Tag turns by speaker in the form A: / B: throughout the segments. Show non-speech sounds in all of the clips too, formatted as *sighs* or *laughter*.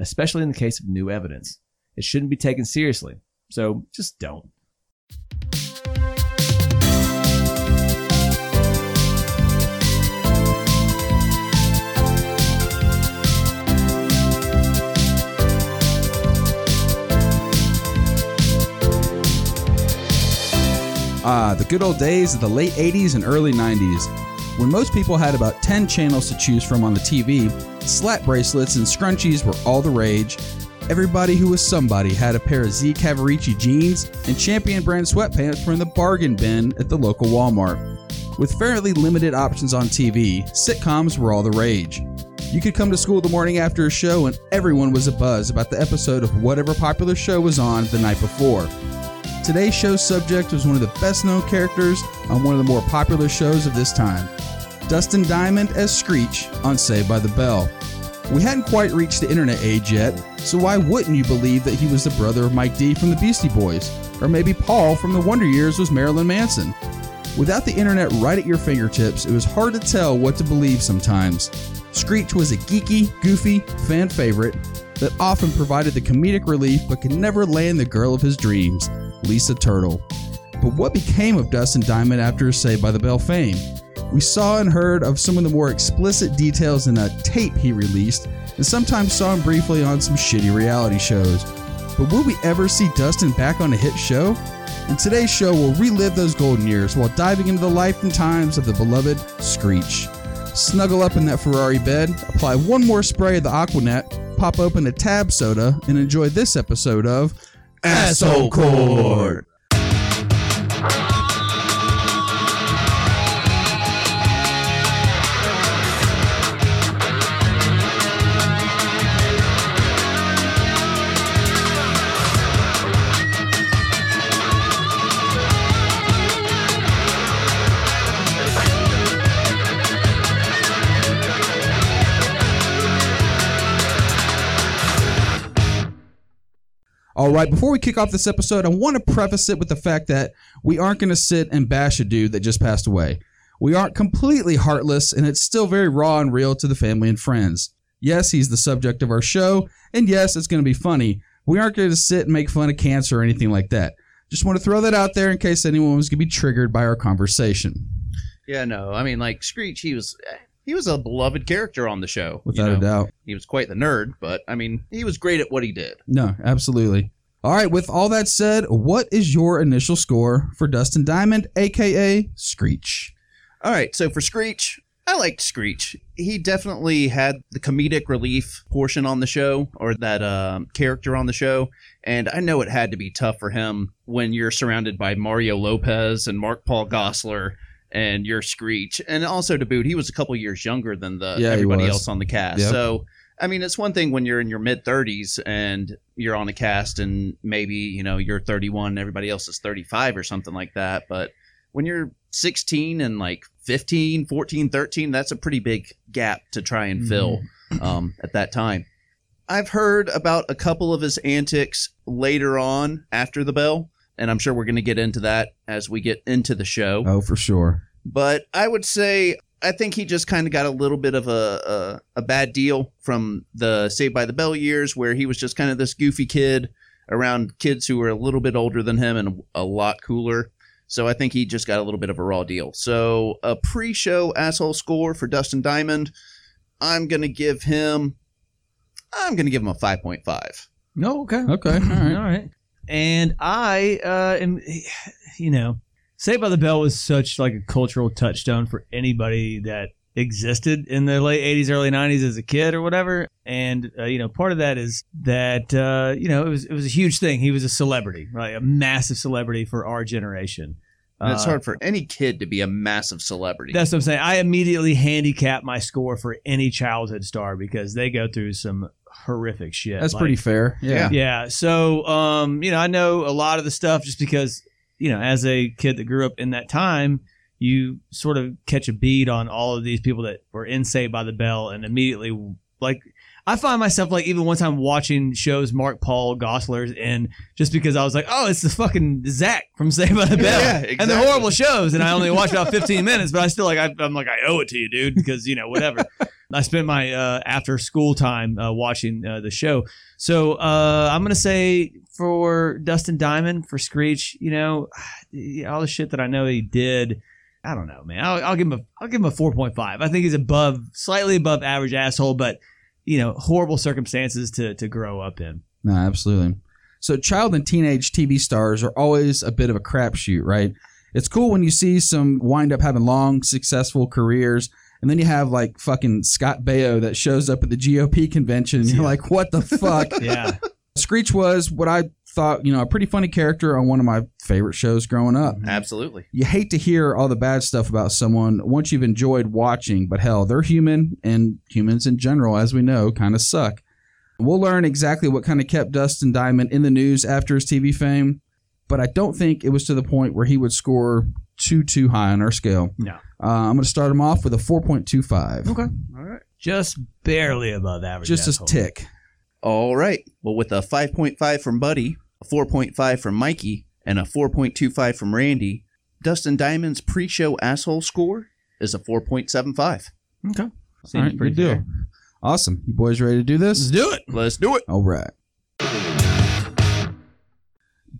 A: especially in the case of new evidence. It shouldn't be taken seriously, so just don't.
B: Ah, the good old days of the late 80s and early 90s, when most people had about 10 channels to choose from on the TV, slap bracelets and scrunchies were all the rage. Everybody who was somebody had a pair of Z Cavarici jeans and Champion brand sweatpants from the bargain bin at the local Walmart. With fairly limited options on TV, sitcoms were all the rage. You could come to school the morning after a show and everyone was abuzz about the episode of whatever popular show was on the night before. Today's show's subject was one of the best known characters on one of the more popular shows of this time Dustin Diamond as Screech on Saved by the Bell. We hadn't quite reached the internet age yet, so why wouldn't you believe that he was the brother of Mike D from the Beastie Boys? Or maybe Paul from the Wonder Years was Marilyn Manson? Without the internet right at your fingertips, it was hard to tell what to believe sometimes. Screech was a geeky, goofy fan favorite that often provided the comedic relief but could never land the girl of his dreams, Lisa Turtle. But what became of Dustin Diamond after his Saved by the Bell fame? We saw and heard of some of the more explicit details in a tape he released, and sometimes saw him briefly on some shitty reality shows. But will we ever see Dustin back on a hit show? In today's show, we'll relive those golden years while diving into the life and times of the beloved Screech. Snuggle up in that Ferrari bed, apply one more spray of the Aquanet, pop open a tab soda, and enjoy this episode of
C: Asshole Court.
B: All right, before we kick off this episode, I want to preface it with the fact that we aren't going to sit and bash a dude that just passed away. We aren't completely heartless, and it's still very raw and real to the family and friends. Yes, he's the subject of our show, and yes, it's going to be funny. We aren't going to sit and make fun of cancer or anything like that. Just want to throw that out there in case anyone was going to be triggered by our conversation.
D: Yeah, no, I mean like Screech, he was he was a beloved character on the show. you
B: Without
D: know?
B: a doubt.
D: he was quite the nerd, but I mean he was great at what he did.
B: No, absolutely. All right, with all that said, what is your initial score for Dustin Diamond, aka Screech?
D: All right, so for Screech, I liked Screech. He definitely had the comedic relief portion on the show, or that um, character on the show, and I know it had to be tough for him when you're surrounded by Mario Lopez and Mark Paul Gossler and your Screech, and also to boot, he was a couple years younger than the
B: Yeah, he
D: everybody
B: was.
D: else on the cast.
B: Yep.
D: So. I mean, it's one thing when you're in your mid 30s and you're on a cast, and maybe you know you're 31, and everybody else is 35 or something like that. But when you're 16 and like 15 14 13 that's a pretty big gap to try
B: Mm-hmm.
D: and fill um, at that time i've heard about a couple of his antics later on after the bell and i'm sure we're going to get into that as we get into the show
B: Oh, for sure.
D: but I would say I think he just kind of got a little bit of a, a a bad deal from the Saved by the Bell years, where he was just kind of this goofy kid around kids who were a little bit older than him and a lot cooler. So I think he just got a little bit of a raw deal. So a pre-show asshole score for Dustin Diamond. I'm gonna give him. I'm gonna give him a five point five.
A: No, okay.
B: Okay, all right.
A: All right. And I uh, am, you know, Saved by the Bell was such like a cultural touchstone for anybody that existed in the late 80s, early 90s as a kid or whatever. And, uh, you know, part of that is that, uh, you know, it was, it was a huge thing. He was a celebrity, right? A massive celebrity for our generation.
D: And it's
A: Uh,
D: hard for any kid to be a massive celebrity.
A: That's what I'm saying. I immediately handicap my score for any childhood star because they go through some horrific shit.
B: That's
A: Like,
B: pretty fair. Yeah.
A: Yeah. So, um, you know, I know a lot of the stuff just because, you know, as a kid that grew up in that time, you sort of catch a bead on all of these people that were in Saved by the Bell and immediately, like, I find myself, like, even one time watching shows Mark Paul Gossler's in just because I was like, oh, it's the fucking Zach from Saved by the Bell.
D: Yeah,
A: And they're
D: exactly.
A: horrible shows, and I only watched about 15 minutes, but I still like I, I'm like I owe it to you, dude, because you know whatever. I spent my uh, after school time uh, watching uh, the show, so uh, I'm gonna say for Dustin Diamond for Screech, you know, *sighs* all the shit that I know he did. I don't know, man. I'll, I'll give him a I'll give him a 4.5. I think he's above slightly above average asshole, but you know, horrible circumstances to to grow up in.
B: No, absolutely. So child and teenage TV stars are always a bit of a crapshoot, right? It's cool when you see some wind up having long, successful careers, and then you have like fucking Scott Baio that shows up at the GOP convention, and you're like, what the fuck?
A: *laughs* Yeah,
B: Screech was what I thought, you know, a pretty funny character on one of my favorite shows growing up.
D: Absolutely.
B: You hate to hear all the bad stuff about someone once you've enjoyed watching, but hell, they're human, and humans in general, as we know, kind of suck. We'll learn exactly what kind of kept Dustin Diamond in the news after his TV fame, but I don't think it was to the point where he would score too too high on our scale.
A: No.
B: uh, I'm going to start him off with a 4.25,
A: Okay. Oh,
D: All right.
A: just barely above average.
B: just a
A: asshole.
B: tick.
D: All right. Well, with a 5.5 from Buddy, a 4.5 from Mikey, and a 4.25 from Randy, Dustin Diamond's pre-show asshole score is a 4.75.
B: Okay,
D: Seems
B: all right, good
D: pretty
B: deal.
D: fair.
B: Awesome, you boys ready to do this?
A: Let's do it.
D: Let's do it.
B: All right.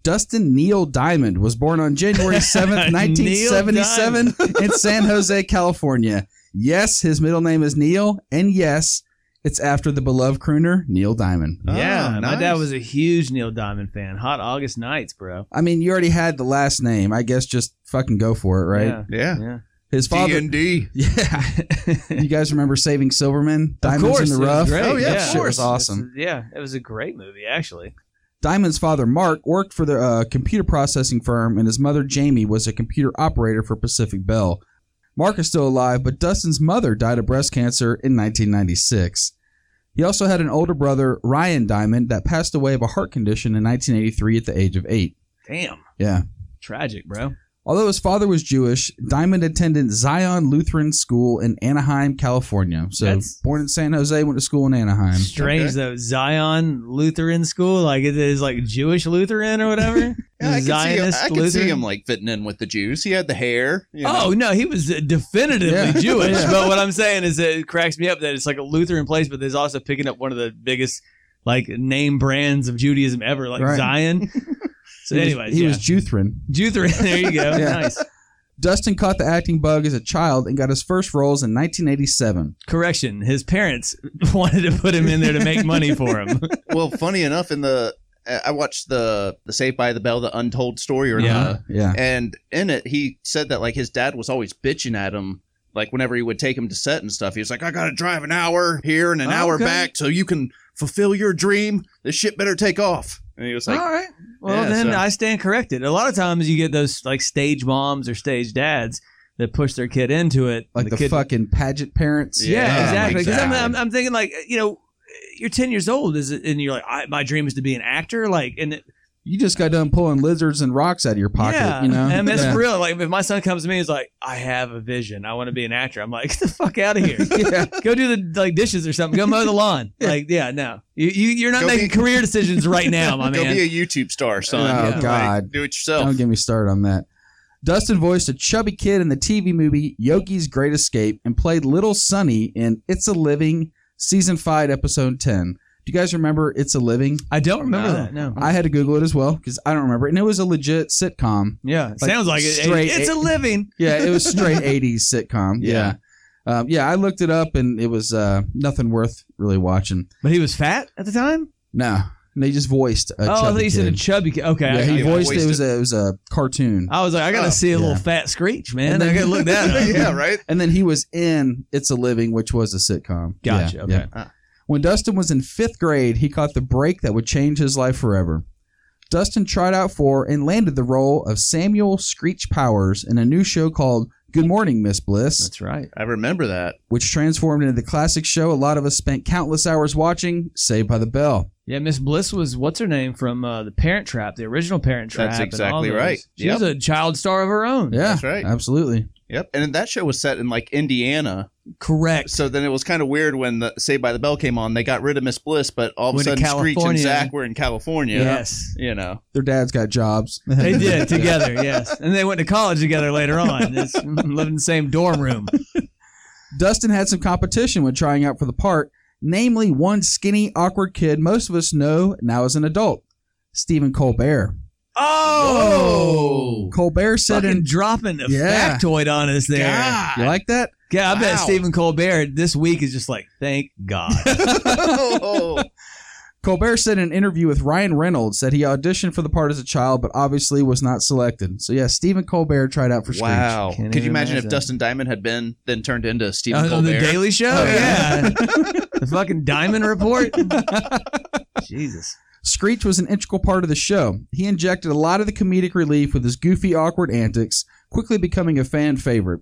B: Dustin Neil Diamond was born on
A: *laughs*
B: January 7th,
A: Neil
B: 1977 in San Jose, California. Yes, his middle name is Neil, and yes, it's after the beloved crooner Neil Diamond.
A: Yeah,
D: Ah,
A: my dad
D: nice.
A: was a huge Neil Diamond fan. Hot August nights, bro.
B: I mean, you already had the last name. I guess just fucking go for it, right?
A: Yeah.
D: Yeah.
A: yeah.
B: His father.
D: *laughs* D&D.
B: Yeah. *laughs* you guys remember Saving Silverman? Diamonds
A: of course,
B: in
A: it
B: the
A: was
B: Rough?
A: great.
D: Oh, yeah, of
B: That shit was
D: course.
B: awesome.
A: It's- yeah, it was a great movie actually.
B: Diamond's father, Mark, worked for the uh, computer processing firm, and his mother, Jamie, was a computer operator for Pacific Bell. Mark is still alive, but Dustin's mother died of breast cancer in 1996. He also had an older brother, Ryan Diamond, that passed away of a heart condition in 1983 at the age of eight.
A: Damn,
B: Yeah.
A: tragic, bro.
B: Although his father was Jewish, Diamond attended Zion Lutheran School in Anaheim, California. So,
A: That's-
B: born in San Jose, went to school in Anaheim.
A: Strange though. Zion Lutheran school, like it is like Jewish Lutheran or whatever.
D: *laughs* Yeah, I can, see him,
A: Zionist
D: I can see him like fitting in with the Jews. He had the hair. You know.
A: Oh no, he was definitively
B: Yeah.
A: Jewish. But what I'm saying is, that it cracks me up that it's like a Lutheran place, but there's also picking up one of the biggest like name brands of Judaism ever, like
B: Right. *laughs*
A: Zion. so,
B: He was-
A: anyways,
B: he
A: yeah.
B: was Juthran.
A: Jutheran. *laughs* There you go.
B: Yeah.
A: Nice.
B: Dustin caught the acting bug as a child and got his first roles in 1987.
A: Correction. His parents *laughs* wanted to put him in there to make money
B: *laughs*
A: for him. *laughs*
D: well, funny enough, in the I watched the the Saved by the Bell, the Untold Story, or
A: Yeah.
D: the,
B: Yeah.
D: and in it he said that like his dad was always bitching at him, like whenever he would take him to set and stuff. He was like, "I got to drive an hour here and an
A: Oh,
D: hour
A: okay.
D: back so you can fulfill your dream. This shit better take off." And he was like,
A: All right. Well,
D: Yeah,
A: then
D: so-
A: I stand corrected. A lot of times you get those like stage moms or stage dads that push their kid into it.
B: Like
A: and
B: the,
A: kid
B: fucking pageant parents.
A: Yeah,
D: Yeah,
A: exactly. Because
D: exactly.
A: I'm, I'm, I'm thinking like uh, you know, you're 10 years old, is it, and you're like, I, my dream is to be an actor. Like, and it-
B: You just got done pulling lizards and rocks out of your pocket,
A: yeah,
B: you know?
A: and that's
B: yeah.
A: for real. Like, if my son comes to me, he's like, I have a vision. I want to be an actor. I'm like, *laughs* get the fuck out of here.
B: *laughs* Yeah.
A: Go do the like dishes or something. Go mow the lawn.
B: *laughs*
A: Like, yeah, no, you, you you're not
D: Go
A: making
D: be-
A: career decisions right now, my
D: "Go
A: man.
D: be a YouTube star, son.
B: Oh,
D: Like,
B: God.
D: do it yourself."
B: Don't get me started on that. Dustin voiced a chubby kid in the TV movie Yogi's Great Escape and played Little Sonny in It's a Living, Season 5, Episode 10. Do you guys remember It's a Living?
A: I don't remember
D: No.
A: that. No.
B: I had to Google it as well because I don't remember. it. And it was a legit sitcom.
A: yeah,
B: Like,
A: sounds like it.
B: straight-
A: it's a living.
B: Yeah, it was straight '80s sitcom. Yeah,
D: Yeah.
B: yeah. Um, yeah. I looked it up, and it was uh, nothing worth really watching.
A: But he was fat at the time.
B: No, they just voiced a.
A: oh, I thought
B: chubby
A: you said a
B: kid.
A: chubby. Kid. Okay, I-
B: yeah,
A: I, Uh,
B: he
D: got
B: voiced it.
D: wasted.
B: Was a, it was a cartoon,
A: I was like, I gotta
D: Oh,
A: see a little
B: yeah.
A: fat screech, man.
B: And then-
A: I gotta look that
B: *laughs*
D: *laughs*
A: up.
D: yeah, right.
B: and then he was in "It's a Living," which was a sitcom.
A: Gotcha.
B: Yeah,
A: okay. Uh.
B: yeah. When Dustin was in fifth grade, he caught the break that would change his life forever. Dustin tried out for and landed the role of Samuel Screech Powers in a new show called Good Morning, Miss Bliss,
A: That's right.
D: I remember that.
B: which transformed into the classic show a lot of us spent countless hours watching, Saved by the Bell.
A: Yeah, Miss Bliss was what's her name from uh, the Parent Trap, the original Parent Trap.
D: That's
A: and all
D: exactly
A: those.
D: right.
A: She was a child star of her own.
B: Yeah,
D: That's right.
B: Absolutely.
D: Yep. And that show was set in like Indiana.
A: Correct.
D: So then it was kind of weird when the Saved by the Bell came on. They got rid of Miss Bliss, but all of a
A: Went to
D: sudden Screech and
A: California.
D: Zach were in California.
A: Yes.
D: You know.
B: Their dads got jobs.
A: They did together, yes. And they went to college together later on. It's, *laughs* mm, lived in the same dorm room.
B: Dustin had some competition when trying out for the part, namely one skinny, awkward kid most of us know now as an adult, Stephen Colbert.
A: Oh!
B: Colbert said
A: Fucking
B: in
A: dropping a
B: Yeah.
A: factoid on us there.
B: You like that?
A: Yeah, I bet
D: Wow.
A: Stephen Colbert this week is just like, thank God.
D: *laughs* oh.
B: Colbert said in an interview with Ryan Reynolds that he auditioned for the part as a child, but obviously was not selected. So yeah, Stephen Colbert tried out for Screech.
D: Wow.
A: Can't
D: Could
A: even
D: you imagine Uh, if
A: imagine.
D: Dustin Diamond had been then turned into Stephen
A: on
D: Colbert?
A: the Daily Show?
B: Oh,
A: yeah. *laughs* the fucking Diamond Report? Jesus.
B: Screech was an integral part of the show. He injected a lot of the comedic relief with his goofy, awkward antics, quickly becoming a fan favorite.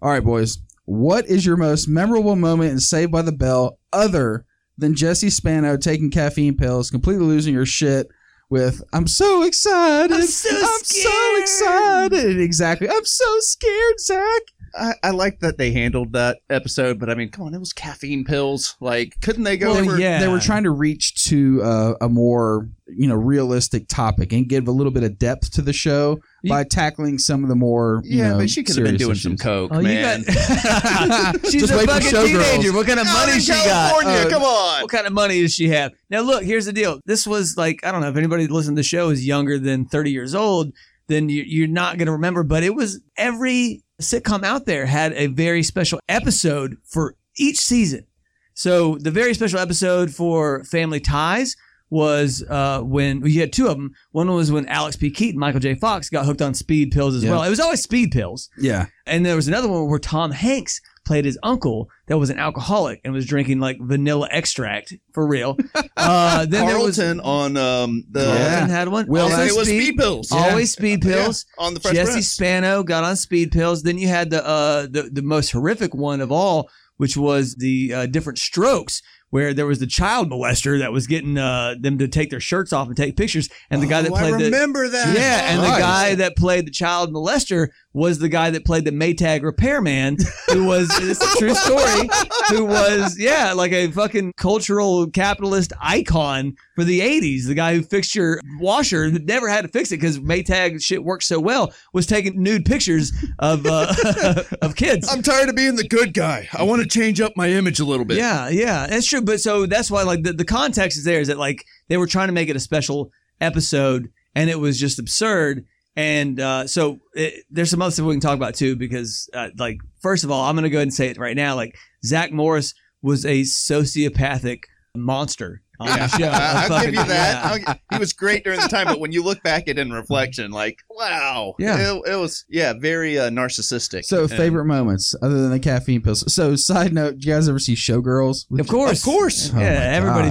B: All right, boys. What is your most memorable moment in Saved by the Bell other than Jesse Spano taking caffeine pills, completely losing her shit with "I'm so excited,
A: I'm so scared."
B: excited," exactly. I'm so scared, Zach.
D: I, I like that they handled that episode, but I mean, come on, it was caffeine pills. Like, couldn't they go?
A: Well,
D: over-
A: yeah.
B: they were trying to reach to uh, a more you know realistic topic and give a little bit of depth to the show
A: You-
B: by tackling some of the more you
D: Yeah,
B: know,
D: but she could have been
B: serious
D: doing some
B: issues.
D: coke,
A: Oh,
D: man.
A: *laughs* you got. *laughs* She's
B: Just
A: a
B: wait for
A: fucking
B: Showgirls.
A: teenager. What kind of
D: Out
A: money
D: Oh, in
A: she got?
D: California,
A: Uh,
D: come on.
A: what kind of money does she have? Now, look, here's the deal. This was like, I don't know if anybody listening to the show is younger than 30 years old, then you, you're not going to remember, but it was every sitcom out there had a very special episode for each season. So the very special episode for Family Ties was uh, when well, you had two of them. One was when Alex P. Keaton, Michael J. Fox got hooked on speed pills as
B: Yeah.
A: well. It was always speed pills.
B: Yeah,
A: And there was another one where Tom Hanks played his uncle that was an alcoholic and was drinking like vanilla extract for
D: *laughs*
A: real. Uh, then there was
D: Carlton on um, the.
B: Yeah.
A: Carlton had one.
B: Will
A: Also
D: It
B: Always
D: was
A: speed,
D: speed pills.
A: Always speed pills.
D: Yeah, on the Fresh
A: Jesse
D: Prince.
A: Spano got on speed pills. Then you had the uh, the the most horrific one of all, which was the uh, different strokes. Where there was the child molester that was getting uh, them to take their shirts off and take pictures, and the guy that
D: Oh, I
A: played the
D: remember that.
A: yeah, and the
B: Christ.
A: guy that played the child molester was the guy that played the Maytag repairman, who was it's a true story, who was yeah, like a fucking cultural capitalist icon for the '80s. The guy who fixed your washer that never had to fix it because Maytag shit worked so well was taking nude pictures of uh, *laughs* of kids.
D: I'm tired of being the good guy. I want to change up my image a little bit.
A: Yeah, yeah, that's true. But so that's why, like, the, the context is there is that, like, they were trying to make it a special episode and it was just absurd. And uh, so it, there's some other stuff we can talk about too, because, uh, like, first of all, I'm going to go ahead and say it right now. Like, Zach Morris was a sociopathic monster on the show.
D: *laughs* I- I'll
A: *laughs* Fucking-
D: give you that.
A: yeah.
D: I'll- he was great during the time, but when you look back at it in reflection, like, wow.
B: Yeah.
D: It, it was, yeah, very uh, narcissistic.
B: so
D: And-
B: favorite moments other than the caffeine pills. So side note, do you guys ever see Showgirls?
A: Of course.
D: Of course.
B: Oh my
A: Yeah, everybody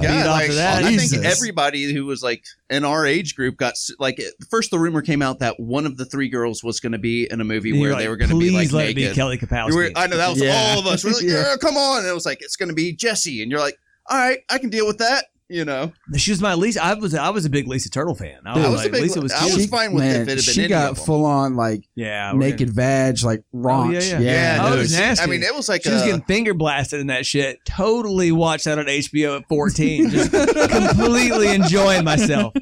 B: God.
A: beat
D: God,
A: off
D: like,
A: to that.
D: I
B: Jesus.
D: think everybody who was like in our age group got s- like it- first the rumor came out that one of the three girls was going to be in a movie
A: And
D: where
A: you're
D: they
A: like,
D: were going to be like
A: Please let it
D: naked.
A: be Kelly Kapowski.
D: You were- I know that was
B: Yeah.
D: all of us. We're
A: *laughs*
D: like,
B: Yeah.
D: yeah. come on. And it was like, it's going to be Jesse. And you're like, all right, I can deal with that. You know,
A: she was my Lisa. I was I was a big Lisa Turtle fan. I was,
D: I was
A: like,
D: a big-
A: Lisa was
D: I was
A: cute.
B: She-
D: fine with it if it had been
B: she
D: any
B: got
D: of 'em.
B: full on like
A: Oh, yeah, we're
B: naked vag, like raunch.
A: yeah, yeah.
B: yeah.
A: Yeah,
D: no,
A: it was
D: she- I
A: nasty.
D: mean, it was like
A: She was
D: a-
A: getting finger blasted in that shit. Totally watched that on HBO at
B: *laughs*
A: 14. Just *laughs* completely enjoying myself.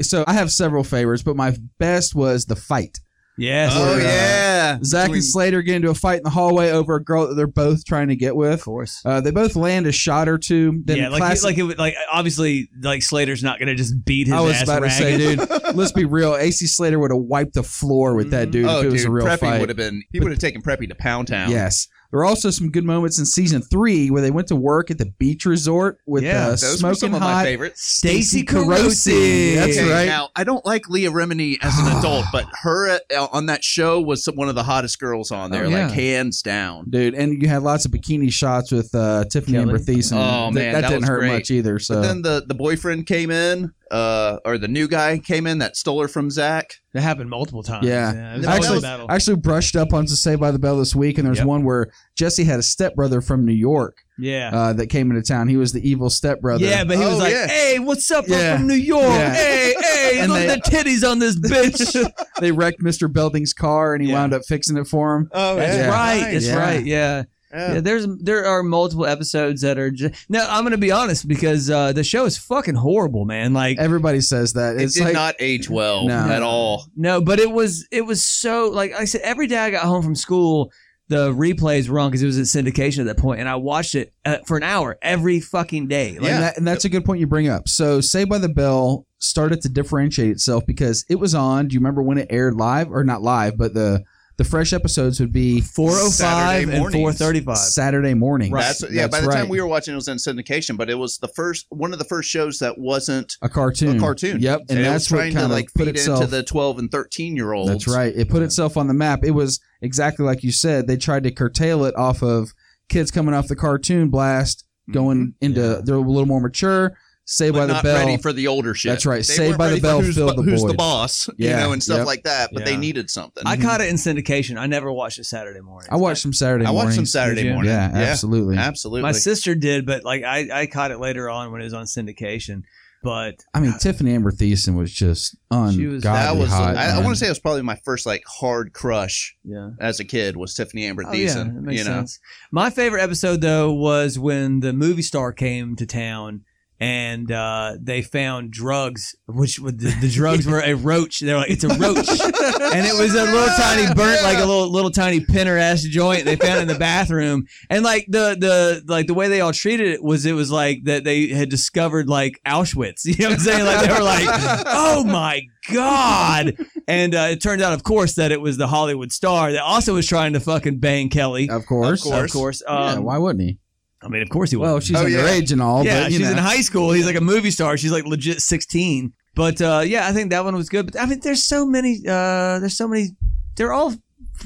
B: So I have several favorites, but my best was the fight.
A: Yes.
D: Oh,
B: Where, uh,
A: *laughs*
D: yeah.
B: Zach
D: Between-
B: and Slater get into a fight in the hallway over a girl that they're both trying to get with.
A: Of course.
B: Uh, they both land a shot or two. Then
A: yeah, like,
B: classic-
A: like it would, like obviously like Slater's not gonna just beat his
B: I was
A: ass
B: about to say,
A: ragged.
B: dude, let's be real. AC Slater would have wiped the floor with
A: Mm-hmm.
B: that dude
D: oh,
B: if it was
D: dude,
B: a real
D: Preppy
B: fight.
D: would have been. He would have taken Preppy to Pound Town.
B: Yes. There were also some good moments in season three where they went to work at the beach resort with
A: Yeah,
B: uh,
D: those were
B: smoking
D: some of my
B: hot.
D: favorites.
A: Stacy
B: Stacey Carosi.
A: Carosi.
B: That's
D: Okay,
B: right.
D: Now I don't like Leah Remini
B: *sighs*
D: as an adult, but her uh, on that show was some, one of the hottest girls on there,
B: Oh, yeah.
D: like hands down.
B: Dude, and you had lots of bikini shots with uh, Tiffany
A: Kelly.
B: Amber Thiessen.
D: Oh,
B: Th-
D: man,
B: that,
D: that
B: didn't
D: was
B: hurt
D: great.
B: much either. So
D: But then the the boyfriend came in, uh, or the new guy came in that stole her from Zach.
A: That happened multiple times.
B: Yeah.
A: it was
B: I
A: always a
B: actually,
A: battle.
B: I actually brushed up on Say by the Bell this week, and there was
A: Yep.
B: one where Jesse had a stepbrother from New York
A: yeah.
B: uh, that came into town. He was the evil stepbrother.
A: Yeah, but he was
C: Oh,
A: like,
C: yeah.
A: "Hey, what's up?
B: Yeah.
A: I'm from New York.
B: Yeah.
A: Hey, hey,
B: And
A: look
B: they-
A: at the titties on
B: *laughs*
A: this bitch."
B: they wrecked Mr. Belding's car, and he
A: Yeah.
B: wound up fixing it for him.
C: Oh,
A: That's
B: yeah.
A: right. That's
B: Yeah.
A: right. Yeah.
C: Yeah.
A: Yeah, There's there are multiple episodes that are. Just, now I'm gonna be honest because uh, the show is fucking horrible, man. Like
B: Everybody says that.
D: It
B: It's
D: did
B: like
D: not age well
B: No.
D: at all.
A: no, but it was it was so like I said every day I got home from school. The replays were on because it was in syndication at that point, and I watched it uh, for an hour every fucking day. Like,
B: And, that, and that's a good point you bring up. So, Saved by the Bell started to differentiate itself because it was on. Do you remember when it aired live or not live? But the the fresh episodes would be
A: 405
D: Saturday
A: and
D: mornings.
A: 435.
B: Saturday morning.
D: That's, yeah. by the time we were watching, it was in syndication, but it was the first one of the first shows that wasn't
B: a cartoon,
D: a cartoon.
B: Yep, and,
D: it was
B: that's what
D: trying
B: kind
D: to
B: of
D: like
B: put
D: feed
B: itself.
D: into the twelve and thirteen year olds.
B: that's right. It put itself on the map. It was exactly like you said. They tried to curtail it off of kids coming off the cartoon blast, going into they're a little more mature. Saved
D: Mm-hmm. But
B: by the
D: not
B: Bell.
D: ready for the older shit.
B: That's right.
D: They
B: Saved
D: weren't
B: by the
D: ready for
B: Bell
D: Who's,
B: filled the
D: who's the
B: void.
D: boss?
B: Yeah,
D: You know, and stuff
B: yep.
D: like that. But
A: Yeah.
D: they needed something.
A: I caught it in syndication. I never watched it Saturday morning.
B: I watched some Saturday.
D: I watched some
B: mornings.
D: Saturday
A: Did you?
D: morning.
B: Yeah, absolutely.
D: absolutely.
A: My sister did, but like I, I caught it later on when it was on syndication. But
B: I mean, Tiffany Amber Thiessen was just ungodly
A: She was-
D: that was
B: hot.
D: I, I
B: man.
D: want to say it was probably my first like hard crush
A: yeah,
D: as a kid was Tiffany Amber
A: oh, yeah,
D: Thiessen.
A: that makes
D: you know, *laughs*
A: sense. My favorite episode though was when the movie star came to town and uh, they found drugs, which would- the, the drugs were a roach. They're like, it's a roach, and it was a
D: *laughs*
A: little tiny burnt, like a little little tiny pinner ass joint they found in the bathroom. And like the the like the way they all treated it was it was like that they had discovered like Auschwitz. *laughs* You know what I'm saying? Like they were like, oh my god. And uh, it turned out, of course, that it was the Hollywood star that also was trying to fucking bang Kelly.
B: of course.
D: Of course.
A: Of course.
B: Yeah,
A: Um,
B: why wouldn't he?
A: I mean, of course he was.
B: Well, she's
C: Oh, yeah.
B: underage and all,
A: yeah,
B: but you
A: she's
B: know.
A: in high school. He's like a movie star. She's like legit 16. But uh, yeah, I think that one was good. But I mean, there's so many. Uh, there's so many. They're all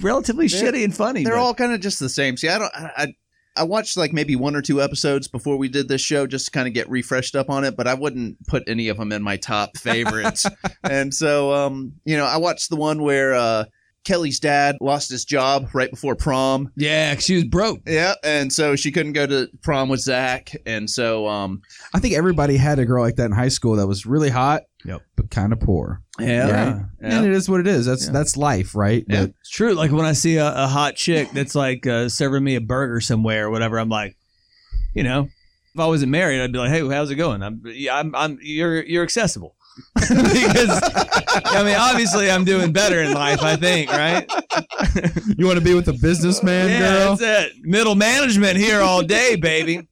A: relatively
D: They're-
A: shitty and funny.
D: they're
A: but-
D: all kind of just the same. See, I don't. I, I I watched like maybe one or two episodes before we did this show just to kind of get refreshed up on it, but I wouldn't put any of them in my top favorites. and so, um, you know, I watched the one where uh, Kelly's dad lost his job right before prom.
A: Yeah, 'cause she was broke.
D: Yeah, and so she couldn't go to prom with Zach, and so um,
B: I think everybody had a girl like that in high school that was really hot,
A: Yep.
B: but kind of poor.
D: yeah,
B: Right?
D: yeah.
B: And it is what it is. That's
A: Yeah.
B: that's life, right?
D: Yeah.
B: But
A: It's true. Like when I see a, a hot chick that's like uh, serving me a burger somewhere or whatever, I'm like, you know, if I wasn't married, I'd be like, hey, how's it going? I'm, yeah, I'm, I'm you're, you're accessible. *laughs* because I mean, obviously, I'm doing better in life. I think, right?
B: you want to be with a businessman
A: yeah,
B: girl?
A: that's it. Middle management here all day, baby.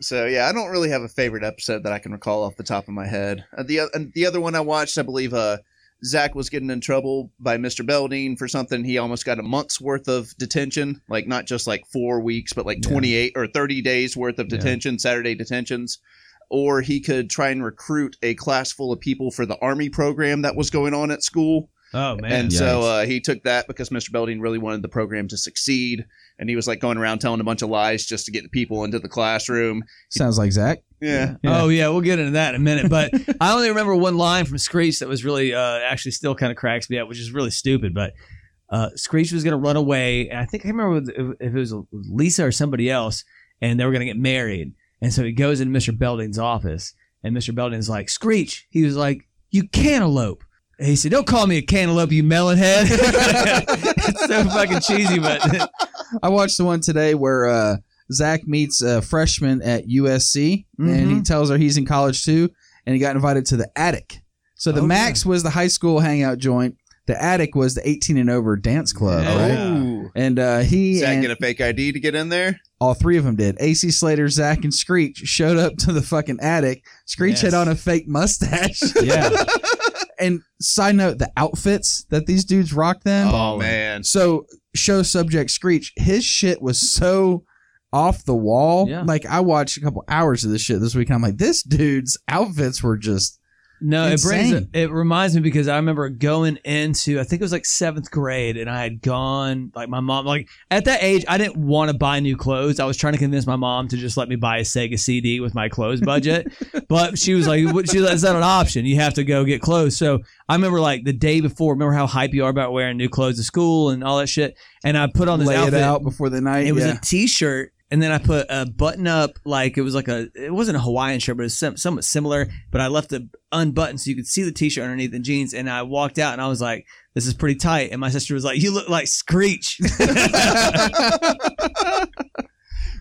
D: So yeah, I don't really have a favorite episode that I can recall off the top of my head. Uh, the and the other one I watched, I believe, uh, Zach was getting in trouble by Mr. Belding for something. He almost got a month's worth of detention, like not just like four weeks, but like
B: Yeah.
D: twenty eight or thirty days worth of
B: Yeah.
D: detention, Saturday detentions. Or he could try and recruit a class full of people for the army program that was going on at school.
A: Oh
D: And
B: Yikes.
D: so uh, he took that because Mr. Belding really wanted the program to succeed. And he was like going around telling a bunch of lies just to get people into the classroom.
B: Sounds like Zach.
D: Yeah.
B: Yeah.
D: *laughs*
A: Oh yeah, we'll get into that in a minute. But I only remember one line from Screech that was really, uh, actually, still kind of cracks me up, which is really stupid. But uh, Screech was going to run away, and I think I remember if- if it was Lisa or somebody else, and they were going to get married. And so he goes into Mr. Belding's office, and Mr. Belding's like, "Screech," he was like, "You cantaloupe." And he said, "Don't call me a cantaloupe, you melon head." *laughs* it's so fucking cheesy, but
B: I watched the one today where uh, Zach meets a freshman at USC, and he tells her he's in college too, and he got invited to the attic. So the
A: Oh,
B: Max was the high school hangout joint. The attic was the 18 and over dance club.
A: Yeah.
B: Right? And uh, he
D: Zach
B: and
D: get a fake ID to get in there?
B: All three of them did. AC Slater, Zach, and Screech showed up to the fucking attic. Screech
A: Yes.
B: had on a fake mustache. *laughs*
A: yeah.
B: and side note, the outfits that these dudes rocked then.
D: Oh man.
B: So show subject Screech, his shit was so off the wall.
A: Yeah.
B: Like I watched a couple hours of this shit this week, and I'm like, this dude's outfits were just
A: No, it brings
B: Insane.
A: it reminds me because I remember going into I think it was like seventh grade and I had gone like my mom like at that age I didn't want to buy new clothes. I was trying to convince my mom to just let me buy a Sega CD with my
E: *laughs*
A: clothes budget, but she was like, "What- "She's like, is that an option? You have to go get clothes." So I remember like the day before, remember how hype you are about wearing new clothes to school and all that shit. And I put on this
E: Lay
A: outfit.
E: it out before the night.
A: It was
E: yeah.
A: a T-shirt, and then I put a button-up, like it was like a, it wasn't a Hawaiian shirt, but it's some, somewhat similar. But I left the unbuttoned so you could see the T-shirt underneath the jeans, and I walked out, and I was like, "This is pretty tight." And my sister was like, "You look like Screech." *laughs*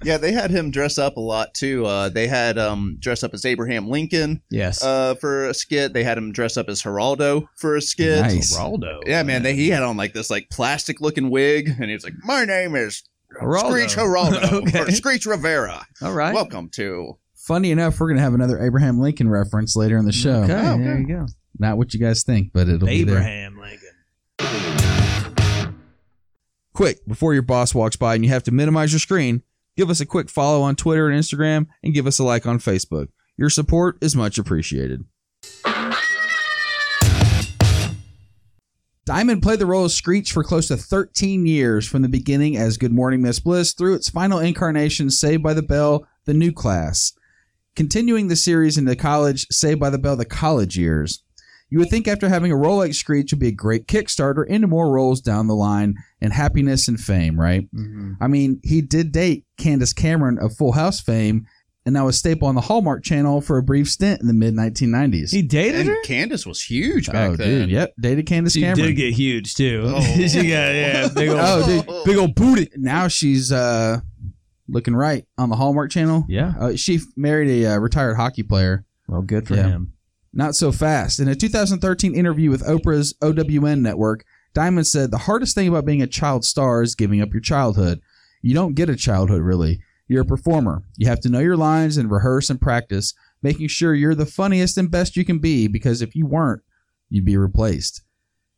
D: yeah, they had him dress up a lot too. Uh, they had um dress up as Abraham Lincoln
A: yes.
D: uh, for a skit. They had him dress up as Geraldo for a skit.
B: Nice.
A: Geraldo.
D: Yeah, man, they, he had on like this like plastic looking wig, and he was like, "My name is
A: Geraldo.
D: Screech
B: *laughs*
D: Geraldo
A: Okay.
D: or Screech Rivera.
A: All right.
D: Welcome to."
B: Funny enough, we're going to have another Abraham Lincoln reference later in the show.
A: Okay,
D: Oh, okay.
A: there you go.
B: Not what you guys think, but it'll be there.
A: Abraham Lincoln.
B: Quick, before your boss walks by and you have to minimize your screen, give us a quick follow on Twitter and Instagram and give us a like on Facebook. Your support is much appreciated. Diamond played the role of Screech for close to 13 years from the beginning as Good Morning Miss Bliss through its final incarnation, Saved by the Bell, The New Class. Continuing the series into college, Saved by the Bell, The College Years. You would think after having a role like Screech would be a great Kickstarter into more roles down the line and happiness and fame, right?
A: Mm-hmm.
B: I mean, he did date Candace Cameron of Full House fame and now a staple on the Hallmark Channel for a brief stint in the mid 1990s.
A: He dated
D: And
A: her.
D: Candace was huge back
B: oh,
D: then.
B: dude, yep, dated Candace
A: She
B: Cameron.
A: did get huge too.
D: Oh.
A: *laughs* she got yeah, big old,
B: Oh, dude.
A: big old booty.
B: now she's uh, looking right on the Hallmark Channel.
A: Yeah.
B: Uh, she f- married a uh, retired hockey player.
A: Well, good
B: for
A: him.
B: Not so fast. In a 2013 interview with Oprah's OWN network, Diamond said the hardest thing about being a child star is giving up your childhood. You don't get a childhood, really. You're a performer. You have to know your lines and rehearse and practice, making sure you're the funniest and best you can be because if you weren't, you'd be replaced.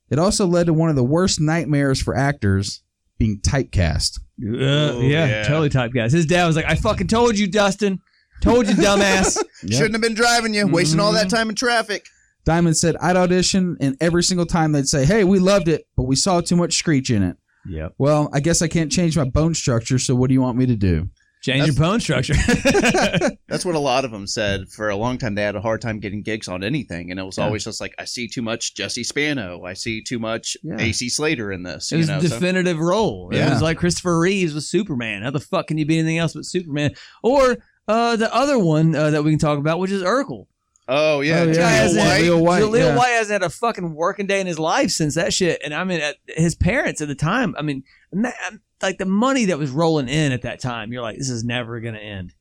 B: It also led to one of the worst nightmares for actors being typecast.
A: Uh,
D: Oh,
A: yeah,
D: yeah.
A: totally type guys. His dad was like, "I fucking told you, Dustin. Told
B: *laughs*
A: you, dumbass."
B: Yeah. Mm-hmm.
D: Shouldn't have been driving you, wasting all that time in traffic.
B: Diamond said, I'd audition, and every single time they'd say, Hey, we loved it, but we saw too much screech in it.
A: yep.
B: Well, I guess I can't change my bone structure, so what do you want me to do?
A: Change your bone *laughs* structure.
D: That's what a lot of them said. For a long time, they had a hard time getting gigs on anything, and it was
A: Yeah.
D: always just like, "I see too much Jesse Spano. I see too much
B: Yeah.
D: AC Slater in this."
A: it
D: you
A: was
D: know,
A: a
D: so-
A: definitive role. It
B: Yeah.
A: was like Christopher Reeves was Superman. How the fuck can you be anything else but Superman? Or uh, the other one uh, that we can talk about, which is Urkel.
D: oh yeah,
B: Oh, yeah.
D: Jaleel
A: Guy hasn't-
D: White.
B: Jaleel White,
A: Jaleel
B: yeah.
A: White hasn't had a fucking working day in his life since that shit. And I mean, at his parents at the time. I mean, ma- like the money that was rolling in at that time. You're like, this is never gonna end.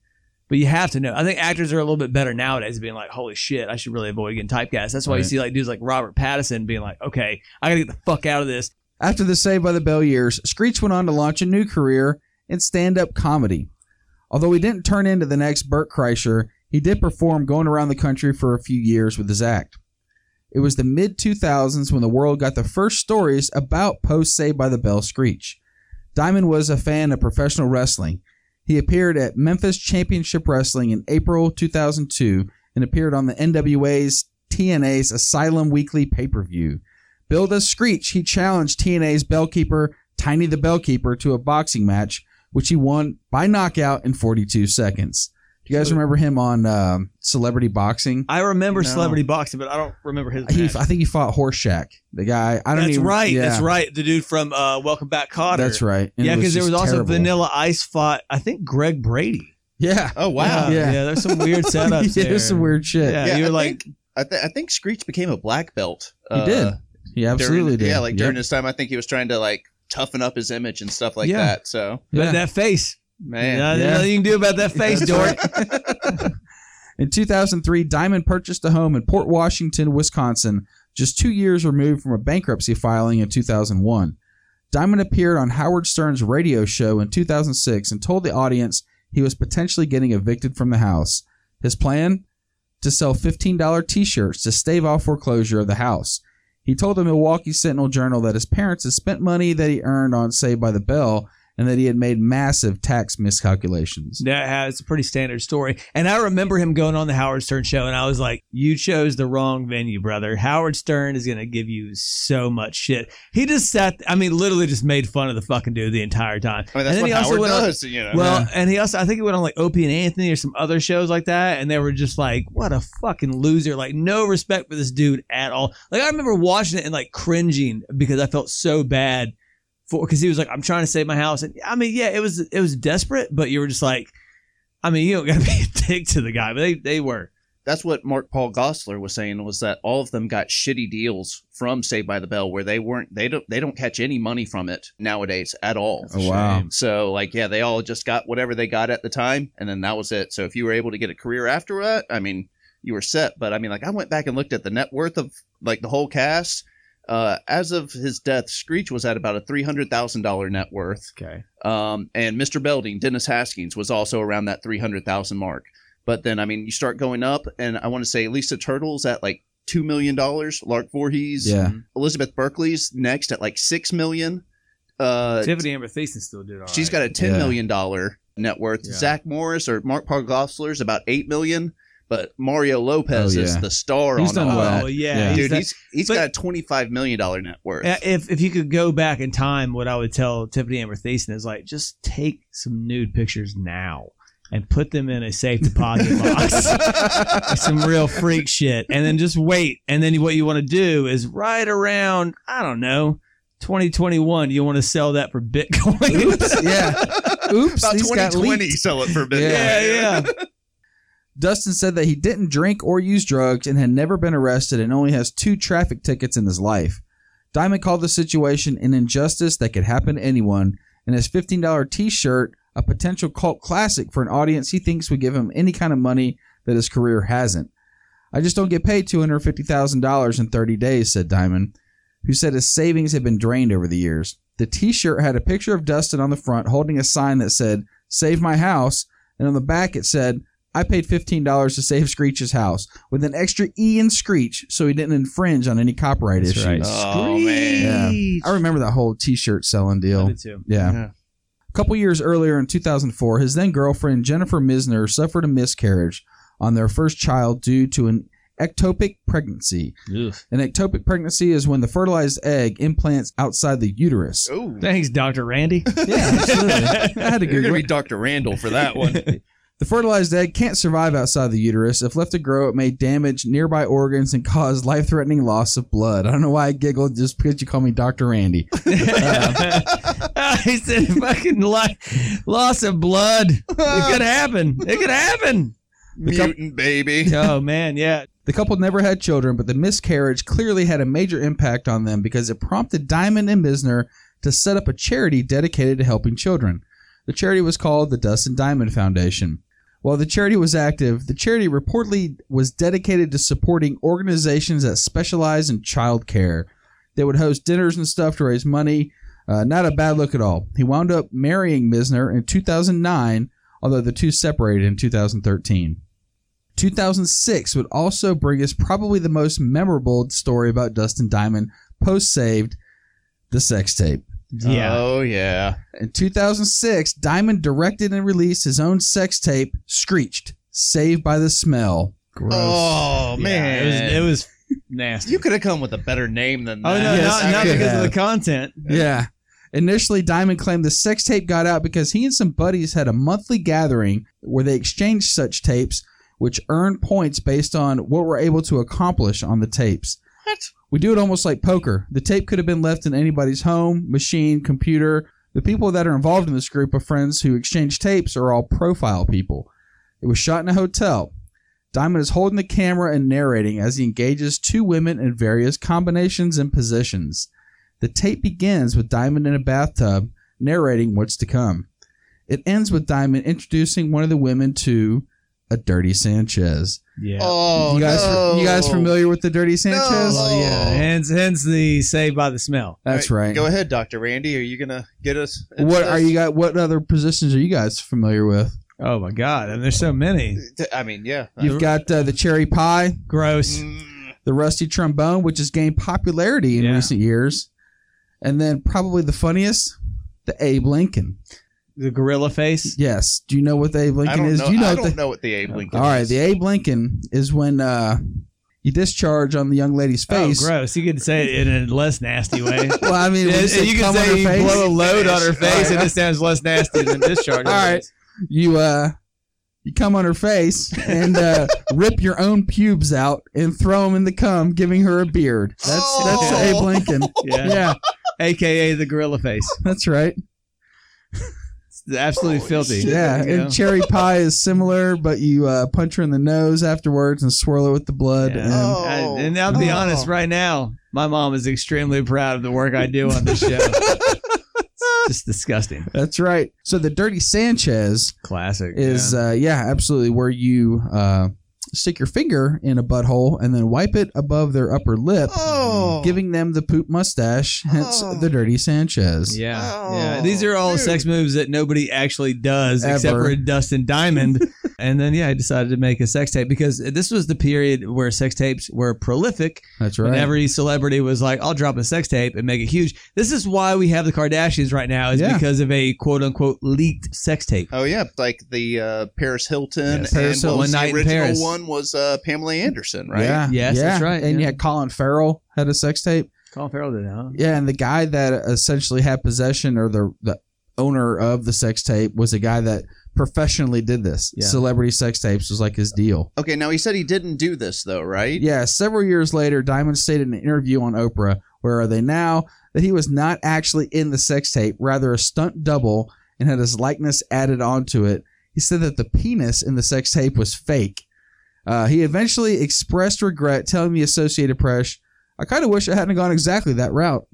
A: But you have to know. I think actors are a little bit better nowadays, being like, "Holy shit, I should really avoid getting typecast." That's why you
B: Right.
A: see like dudes like Robert Pattinson being like, "Okay, I gotta get the fuck out of this."
B: After the Saved by the Bell years, Screech went on to launch a new career in stand up comedy. Although he didn't turn into the next Burt Kreischer, he did perform going around the country for a few years with his act. It was the mid 2000s when the world got the first stories about post Saved by the Bell Screech. Diamond was a fan of professional wrestling. He appeared at Memphis Championship Wrestling in April 2002 and appeared on the NWA's TNA's Asylum Weekly pay per view. Billed as Screech, he challenged TNA's bellkeeper, Tiny the Bellkeeper, to a boxing match, which he won by knockout in 42 seconds. Do you guys remember him on um, Celebrity Boxing?
A: I remember
D: No.
A: Celebrity Boxing, but I don't remember his.
B: He,
A: match.
B: I think he fought Horseshack, the guy. I don't
A: that's
B: even.
A: right.
B: yeah,
A: That's right. The dude from uh, Welcome Back, Cotter.
B: That's right. And
A: Yeah,
B: it
A: because there
B: just
A: was also
B: terrible.
A: Vanilla Ice fought. I think Greg Brady. *laughs*
B: Yeah,
D: Oh
B: Yeah.
D: wow. Yeah.
A: yeah. There's
B: *laughs*
A: some weird
B: yeah,
A: setups. there.
B: there's some weird shit.
A: Yeah, you
D: I
A: were like,
D: think, I, th- I think Screech became a black belt.
B: He did. He absolutely
D: during,
B: did.
D: Yeah, like during
B: Yep.
D: his time, I think he was trying to like toughen up his image and stuff like
A: Yeah.
D: that. So
A: but
B: Yeah.
A: that face.
D: man,
A: Nothing,
B: Yeah.
A: nothing you can do
B: *laughs*
A: about that face,
B: That's
A: dork.
B: In 2003, Diamond purchased a home in Port Washington, Wisconsin, just two years removed from a bankruptcy filing in 2001. Diamond appeared on Howard Stern's radio show in 2006 and told the audience he was potentially getting evicted from the house. His plan? To sell $15 t shirts to stave off foreclosure of the house. He told the Milwaukee Sentinel Journal that his parents had spent money that he earned on Saved by the Bell and that he had made massive tax miscalculations.
A: *laughs* That has a pretty standard story. And I remember him going on the Howard Stern show, and I was like, You chose the wrong venue, brother. Howard Stern is going to give you so much shit. He just sat, I mean, literally just made fun of the fucking dude the entire time.
D: I mean, that's
A: and then
D: what
A: he also
D: Howard
A: went on-
D: does, you know.
A: Well, and he also, I think he went on like Opie and Anthony or some other shows like that, and they were just like, "What a fucking loser!" Like, no respect for this dude at all. Like, I remember watching it and like cringing because I felt so bad for because he was like, "I'm trying to save my house," and I mean, yeah, it was it was desperate, but you were just like, I mean, you don't gotta *laughs* be a dick to the guy, but they they were.
D: that's what Mark Paul Gossler was saying was that all of them got shitty deals from Saved by the Bell where they weren't they don't they don't catch any money from it nowadays at all.
B: Oh, wow.
D: So like yeah, they all just got whatever they got at the time and then that was it. So if you were able to get a career after that, I mean, you were set. But I mean like I went back and looked at the net worth of like the whole cast. Uh, as of his death, Screech was at about a three hundred thousand dollar net worth.
A: Okay,
D: Um, and Mr. Belding, Dennis Haskins, was also around that 300,000 mark. But then, I mean, you start going up, and I want to say Lisa Turtle's at like $2 million, Lark Voorhees,
B: Yeah.
D: Elizabeth Berkley's next at like $6 million. Uh,
A: Tiffany Amber Thiessen still did. all right.
D: she's got a ten
B: Yeah.
D: million dollar net worth.
A: Yeah.
D: Zach Morris or Mark Pargoffler's about $8 million, but Mario Lopez
B: Oh,
D: is
B: yeah.
D: the star
B: He's
D: on
B: done
D: all
B: well.
D: that.
A: Oh yeah,
B: Yeah.
D: Dude,
A: that-
D: he's, he's
A: but-
D: got a $25 million net worth.
A: Uh, If if you could go back in time, what I would tell Tiffany Amber Thiessen is like, just take some nude pictures now and put them in a safe deposit box. Like some real freak shit. And then just wait. And then what you want to do is right around, I don't know, 2021, you want to sell that for *laughs* Bitcoin.
B: Oops, yeah. Oops,
D: *laughs* about
B: these got
D: 2020
B: leaked.
D: sell it for a bit.
B: Yeah.
A: yeah, yeah.
B: Dustin said that he didn't drink or use drugs and had never been arrested and only has two traffic tickets in his life. Diamond called the situation an injustice that could happen to anyone, and his $15 t shirt, a potential cult classic for an audience he thinks would give him any kind of money that his career hasn't. I just don't get paid $250,000 in 30 days, said Diamond, who said his savings had been drained over the years. The t shirt had a picture of Dustin on the front holding a sign that said, Save my house, and on the back it said, I paid fifteen dollars to save Screech's house with an extra E in Screech, so he didn't infringe on any copyright
A: That's
B: issues.
A: right.
D: Oh, man.
B: Yeah. I remember that whole T-shirt selling
A: I
B: deal.
A: did too.
B: Yeah.
D: Yeah.
B: A couple years earlier in 2004, his then girlfriend Jennifer Misner suffered a miscarriage on their first child due to an ectopic pregnancy. An ectopic pregnancy is when the fertilized egg implants outside the uterus.
D: *laughs* Ooh.
A: Thanks, Dr. Randy.
B: Yeah, absolutely. I had a
D: *laughs* You're
B: good
D: gonna
B: one.
D: be Dr. Randall for that
B: *laughs*
D: one.
B: The fertilized egg can't survive outside the uterus. If left to grow, it may damage nearby organs and cause life threatening loss of blood. I don't know why I giggled just because you call me Dr. Randy.
A: Uh, *laughs* he said, fucking life, loss of blood. It could happen. It could happen.
D: Mutant baby.
A: Oh, man. Yeah.
B: The couple never had children, but the miscarriage clearly had a major impact on them because it prompted Diamond and Misner to set up a charity dedicated to helping children. The charity was called the Dustin Diamond Foundation. While the charity was active, the charity reportedly was dedicated to supporting organizations that specialize in child care. They would host dinners and stuff to raise money. Uh, not a bad look at all. He wound up marrying Misner in 2009, although the two separated in 2013. 2006 would also bring us probably the most memorable story about Dustin Diamond post saved the sex tape.
A: Yeah.
D: Oh yeah.
B: In 2006, Diamond directed and released his own sex tape, Screeched, Saved by the Smell.
A: Gross.
D: Oh
A: Yeah,
D: man.
A: It was, it was nasty.
D: you could have come with a better name than
A: Oh
D: that.
A: no,
B: Yes,
A: not,
B: I
A: not
B: could
A: because
B: have.
A: of the content.
B: Yeah. Initially, Diamond claimed the sex tape got out because he and some buddies had a monthly gathering where they exchanged such tapes, which earned points based on what we're able to accomplish on the tapes.
D: What?
B: We do it almost like poker. The tape could have been left in anybody's home, machine, computer. The people that are involved in this group of friends who exchange tapes are all profile people. It was shot in a hotel. Diamond is holding the camera and narrating as he engages two women in various combinations and positions. The tape begins with Diamond in a bathtub narrating what's to come. It ends with Diamond introducing one of the women to a Dirty Sanchez.
A: Yeah.
D: Oh
B: you guys,
D: no.
B: you guys familiar with the Dirty Sanchez?
D: No.
A: Oh, yeah. Hence, hence the Saved by the Smell.
B: That's right.
D: Go ahead, Dr. Randy. Are you gonna get us into
B: What are
D: this?
B: you got? What other positions are you guys familiar with?
A: Oh my God! And there's so many.
D: I mean, yeah.
B: You've got uh, the cherry pie,
A: Gross.
D: Mm,
B: the rusty trombone, which has gained popularity in
A: Yeah.
B: recent years, and then probably the funniest, The Abe Lincoln.
A: The gorilla face.
B: Yes. Do you know what the Abe Lincoln
D: I don't
B: is?
D: know.
B: Do you
D: I
B: know
D: don't
B: the-
D: know what the Abe Lincoln.
B: All right.
D: is.
B: The Abe Lincoln is when uh, you discharge on the young lady's face.
A: Oh, gross! You could say it in a less nasty way.
B: Well, I
A: *laughs*
B: mean, when you, say cum on her face,
A: a load on her
B: face, and
A: it sounds less nasty than discharge.
B: on her you uh, you come on her face and uh, rip your own pubes out and throw them in the cum, giving her a beard. That's that's the Abe
D: Oh.
B: Lincoln.
A: Yeah.
B: Yeah,
A: AKA the gorilla face.
B: that's right.
A: It's absolutely
D: Holy
A: filthy.
D: shit.
B: Yeah,
A: You know?
B: and cherry pie is similar, but you uh, punch her in the nose afterwards and swirl it with the blood.
A: Yeah.
B: And
D: Oh.
A: I- and I'll be
D: Oh.
A: honest, right now, my mom is extremely proud of the work I do
B: *laughs*
A: on this show. it's just disgusting.
B: that's right. So the dirty Sanchez
A: Classic.
B: is
A: yeah.
B: yeah, uh, yeah absolutely where you uh, stick your finger in a butthole and then wipe it above their upper lip,
D: Oh.
B: giving them the poop mustache. Hence
D: Oh.
B: the dirty Sanchez.
A: yeah,
D: Oh,
A: yeah. These are all
D: dude.
A: sex moves that nobody actually does except
B: Ever.
A: for
B: *laughs*
A: Dustin Diamond. and then yeah, I decided to make a sex tape because this was the period where sex tapes were prolific
B: That's right.
A: And every celebrity was like, I'll drop a sex tape and make it huge. This is why we have the Kardashians right now, is
B: Yeah.
A: because of a quote unquote leaked sex tape.
D: Oh yeah, like the uh, Paris Hilton
A: Yes.
B: Paris
D: and
B: Hilton,
D: what was
A: One Night
D: the
A: in
D: original
A: Paris.
D: one was uh, Pamela Anderson, right?
B: Yeah.
A: Yes,
B: yeah.
A: that's right,
B: And you
A: yeah.
B: had Colin Farrell had a sex tape.
A: Colin Farrell did, huh?
B: Yeah, and the guy that essentially had possession or the the owner of the sex tape was a guy that professionally did this.
A: Yeah.
B: Celebrity sex tapes was like his deal.
D: Okay, now he said he didn't do this though, right?
B: Yeah, several years later, Diamond stated in an interview on Oprah, Where Are They Now? that he was not actually in the sex tape, rather a stunt double, and had his likeness added onto it. He said that the penis in the sex tape was fake. Uh, he eventually expressed regret, telling the Associated Press, I kind of wish I hadn't gone exactly that route.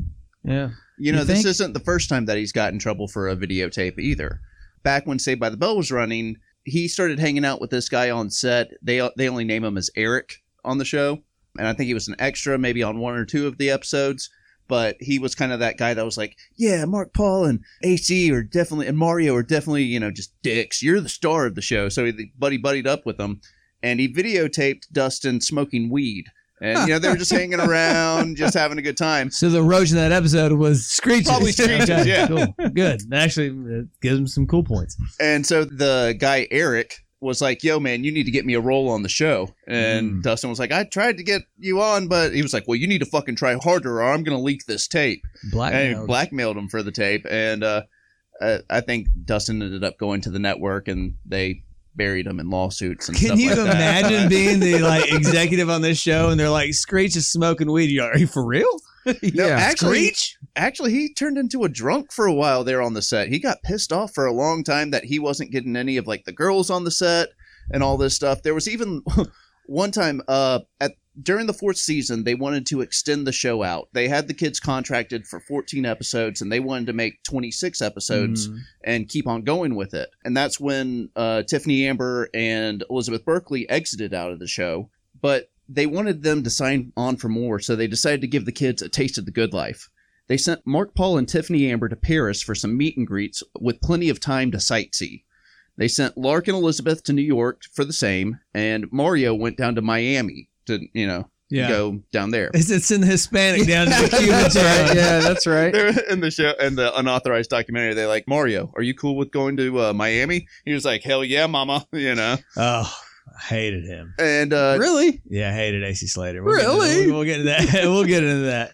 A: Yeah.
D: You know,
B: You
D: this
B: think?
D: isn't the first time that he's got in trouble for a videotape either. Back when Saved by the Bell was running, he started hanging out with this guy on set. They they only name him as Eric on the show, and I think he was an extra maybe on one or two of the episodes. But he was kind of that guy that was like, "Yeah, Mark Paul and AC are definitely and Mario are definitely you know just dicks. You're the star of the show." So he buddy buddied up with him, and he videotaped Dustin smoking weed, and you know they were just hanging around, just having a good time.
A: So the roach in that episode was screeches.
D: Probably screeches,
A: Okay,
D: yeah. *laughs*
A: Cool. Good. That Actually, it gives him some cool points.
D: And so the guy Eric was like, "Yo, man, you need to get me a role on the show."
A: Hmm.
D: And Dustin was like, "I tried to get you on, but he was like, "Well, you need to fucking try harder, or I'm gonna leak this tape."
A: Black.
D: and he blackmailed him for the tape. And uh, uh, I think Dustin ended up going to the network, and they buried him in lawsuits and
A: Can
D: stuff
A: you
D: like that.
A: imagine being the like executive on this show and they're like, Screech is smoking weed. You're like, Are you for real?
D: *laughs* *laughs* No,
B: Yeah.
D: actually,
A: Screech?
D: actually, he turned into a drunk for a while there on the set. He got pissed off for a long time that he wasn't getting any of like the girls on the set and all this stuff. There was even *laughs* one time uh at during the fourth season they wanted to extend the show out. They had the kids contracted for 14 episodes and they wanted to make 26 episodes
A: Mm.
D: and keep on going with it. And that's when uh, Tiffany Amber and Elizabeth Berkley exited out of the show, but they wanted them to sign on for more, so they decided to give the kids a taste of the good life. They sent Mark Paul and Tiffany Amber to Paris for some meet and greets with plenty of time to sightsee. They sent Lark and Elizabeth to New York for the same, and Mario went down to Miami to, you know,
A: Yeah.
D: go down there.
A: It's, it's in
D: *laughs*
A: the Hispanic down to the
B: *laughs*
A: Cuban
B: That's
A: town.
B: right. Yeah, that's right.
D: They're in the show in the unauthorized documentary. They like Mario. Are you cool with going to uh, Miami? He was like, hell yeah, mama. *laughs* You know,
A: Oh, I hated him.
D: and uh,
B: really?
A: Yeah, I hated AC Slater.
B: Really?
A: Get, we'll get into that. *laughs* we'll get
D: *laughs*
A: into that.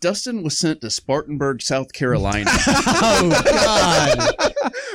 D: Dustin was sent to Spartanburg, South Carolina,
A: Oh God!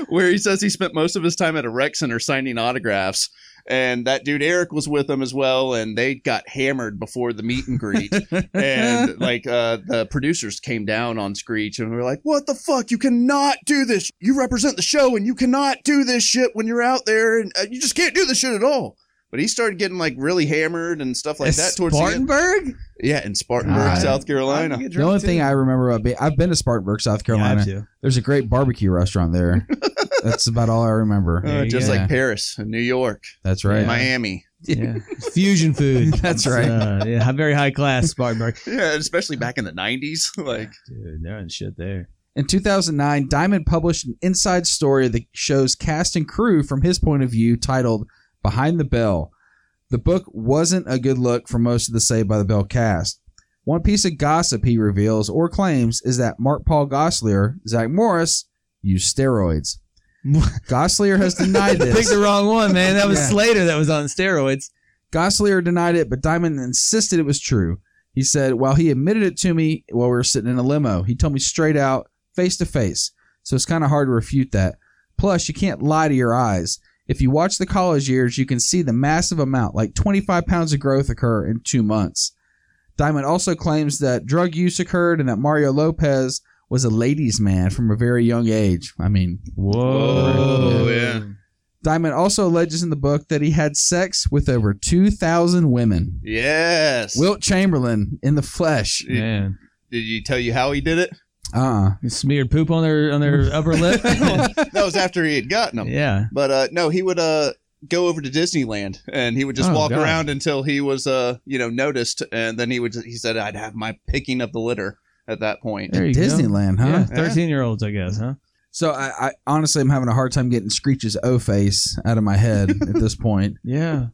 D: where he says he spent most of his time at a rec center signing autographs. And that dude Eric was with him as well, and they got hammered before the meet
B: *laughs*
D: and greet. and like uh, the producers came down on Screech and were like, "What the fuck? You cannot do this. You represent the show, and you cannot do this shit when you're out there, and uh, you just can't do this shit at all." But he started getting like really hammered and stuff like that towards the end.
A: Spartanburg,
D: Yeah, in Spartanburg,
B: God.
D: South Carolina.
B: The only thing I remember about being, I've been to Spartanburg, South Carolina. There's a great barbecue restaurant
D: *laughs*
B: there. That's about all I remember.
D: Uh, just
B: Yeah,
D: like Paris, and New York,
B: that's right.
D: Miami.
A: yeah. *laughs* fusion *laughs* food.
B: That's right.
A: Uh, yeah, very high class Spartanburg.
D: Yeah, especially back in the 90s. *laughs* Like,
A: *laughs* Dude, they're in shit there.
B: In 2009, Diamond published an inside story that shows cast and crew from his point of view titled Behind the Bell. The book wasn't a good look for most of the Saved by the Bell cast. One piece of gossip he reveals or claims is that Mark Paul Gosselaar, Zach Morris, use
D: *laughs*
B: steroids. Goslier has denied
A: Pick *laughs*
B: this.
A: the wrong one, man. That was
B: Yeah.
A: Slater that was on steroids.
B: Goslier denied it, but Diamond insisted it was true. He said, while he admitted it to me while we were sitting in a limo, he told me straight out, face to face. So it's kind of hard to refute that. Plus, you can't lie to your eyes. If you watch the college years, you can see the massive amount, like 25 pounds of growth occur in two months. Diamond also claims that drug use occurred and that Mario Lopez was a ladies' man from a very young age. I mean,
A: Whoa.
F: yeah.
B: Diamond also alleges in the book that he had sex with over 2,000 women.
D: Yes.
B: Wilt Chamberlain in the flesh.
A: Man.
D: Did you tell you how he did
A: *laughs*
D: it?
B: Uh
A: You smeared poop on their on *laughs* their upper lip.
D: That was after he had gotten them.
A: yeah.
D: But uh, no, he would uh, go over to Disneyland and he would just
A: Oh,
D: walk
A: God.
D: around until he was uh, you know noticed, and then he would he said I'd have my picking of the litter at that point.
A: There you
B: Disneyland,
A: go.
B: huh?
A: Yeah, 13 year olds, I guess, huh?
B: So I, I honestly I'm having a hard time getting Screech's O face out of my head at
A: *laughs*
B: this point.
A: Yeah.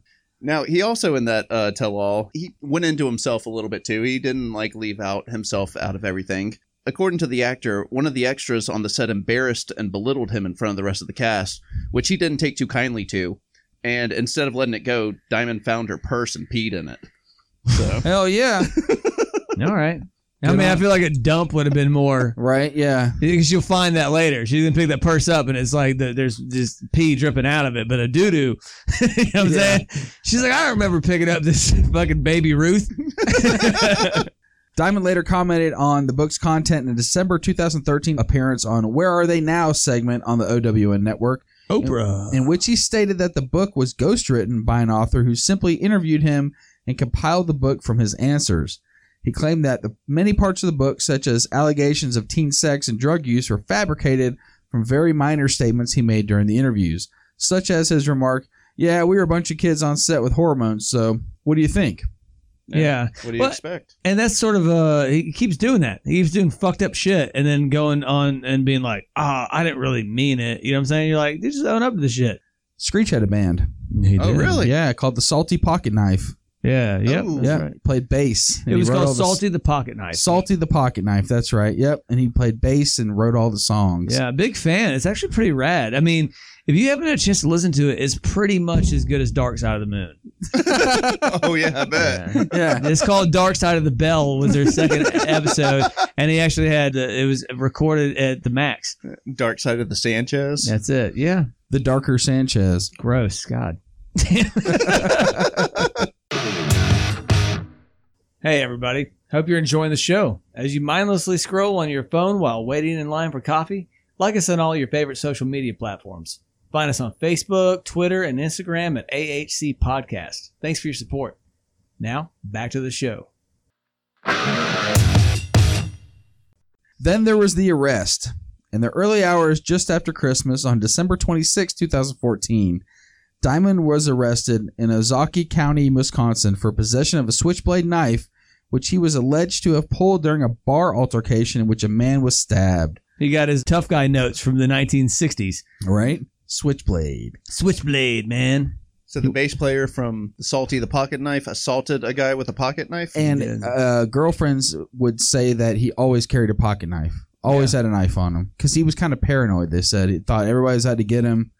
D: Now he also in that uh, tell-all he went into himself a little bit too. He didn't like leave out himself out of everything. According to the actor, one of the extras on the set embarrassed and belittled him in front of the rest of the cast, which he didn't take too kindly to. And instead of letting it go, Diamond found her purse and peed in it. So
B: Hell yeah.
A: All right. I
B: Good
A: mean, I
B: on.
A: feel like a dump would have been more. *laughs*
B: right? Yeah.
A: Because you'll find that later. She's gonna pick that purse up, and it's like the, there's just pee dripping out of it, but a doo doo. *laughs* you know what I'm
B: Yeah.
A: saying? She's like, I don't remember picking up this *laughs* fucking baby Ruth.
B: Diamond later commented on the book's content in a December 2013 appearance on Where Are They Now segment on the OWN network,
A: Oprah.
B: in which he stated that the book was ghostwritten by an author who simply interviewed him and compiled the book from his answers. He claimed that the many parts of the book, such as allegations of teen sex and drug use, were fabricated from very minor statements he made during the interviews, such as his remark, Yeah, we were a bunch of kids on set with hormones, so what do you think?
A: yeah.
D: what do you
A: Well,
D: expect?
A: And that's sort of uh he keeps doing that. He keeps doing fucked up shit and then going on and being like, ah, I didn't really mean it. You know what I'm saying? You're like, "Dude, just own up to the shit.
B: Screech had a band.
D: Oh, really?
B: Yeah, called the Salty Pocket Knife.
A: Yeah, yep.
D: Ooh.
A: that's
B: yeah,
A: right.
B: played bass. Oh, and
A: It
B: he
A: was
B: wrote all
A: called
B: the-
A: Salty the Pocket Knife.
B: Salty the Pocket Knife, that's right. Yep. And he played bass and wrote all the songs.
A: Yeah, big fan. It's actually pretty rad. I mean, if you haven't had a chance to listen to it, it's pretty much as good as Dark Side of the Moon.
D: *laughs* oh yeah, I bet.
B: Yeah.
A: It's called Dark Side of the Bell was their
B: *laughs*
A: second episode, and he actually had uh, it was recorded at the Max.
D: Dark Side of the Sanchez.
A: That's it. Yeah,
B: The Darker Sanchez.
A: gross. *laughs* God. hey everybody. Hope you're enjoying the show. As you mindlessly scroll on your phone while waiting in line for coffee, like us on all your favorite social media platforms. Find us on Facebook, Twitter, and Instagram at AHC Podcast. Thanks for your support. Now, back to the show.
B: Then there was the arrest. In the early hours just after Christmas on December 26, 2014, Diamond was arrested in Ozaki County, Wisconsin for possession of a switchblade knife, which he was alleged to have pulled during a bar altercation in which a man was stabbed.
A: He got his tough guy notes from the 1960s.
B: All right? Switchblade.
A: Switchblade, man.
D: So the bass player from Salty the Pocket Knife assaulted a guy with a pocket knife.
B: And uh, girlfriends would say that he always carried a pocket knife, always had a knife on him, because he was kind of paranoid. They said he thought everybody was out to get him,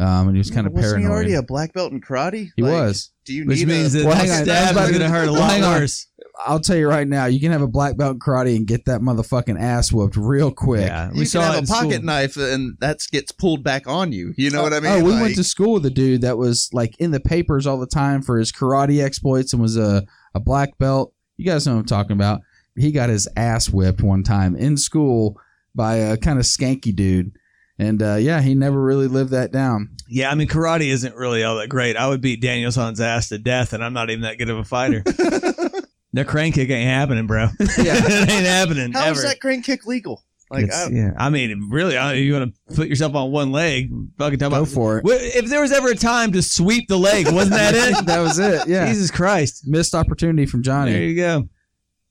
B: um, and he was kind of
D: Wasn't
B: paranoid.
D: he already a black belt in karate?
B: He
D: Like,
B: was.
D: Do you
A: Which
D: need
A: means
D: a,
A: that
B: Well,
A: that
B: hang on.
A: stab
B: That's
A: is
B: about
A: going to
B: to-
A: hurt a lot
B: hang on.
A: worse.
B: I'll tell you right now, you can have a black belt in karate and get that motherfucking ass whooped real quick.
A: Yeah,
D: you
A: we saw
D: can
A: it
D: have
A: in
D: a pocket
A: school.
D: knife and that gets pulled back on you. You know what I mean?
B: Oh, we
D: Like,
B: went to school with a dude that was like in the papers all the time for his karate exploits and was a, a black belt. You guys know what I'm talking about. He got his ass whipped one time in school by a kind of skanky dude. And uh, yeah, he never really lived that down.
D: *laughs*
A: Yeah, I mean, karate isn't really all that great. I would beat Danielson's ass to death, and I'm not even that good of a
B: *laughs*
A: fighter. the crane kick ain't happening, bro. *laughs*
B: Yeah.
A: it ain't
D: *laughs*
A: happening
D: How
A: ever.
D: is that crane kick legal? Like,
A: It's-
D: I,
A: yeah, I mean, really, I, you want to put yourself on one leg? Fucking talk
B: Go
A: about.
B: for it.
A: Wh- If there was ever a time to sweep the leg, wasn't that it?
B: that was it. *laughs* Yeah.
A: Jesus Christ!
B: Missed opportunity from
A: There
B: Johnny.
A: you go.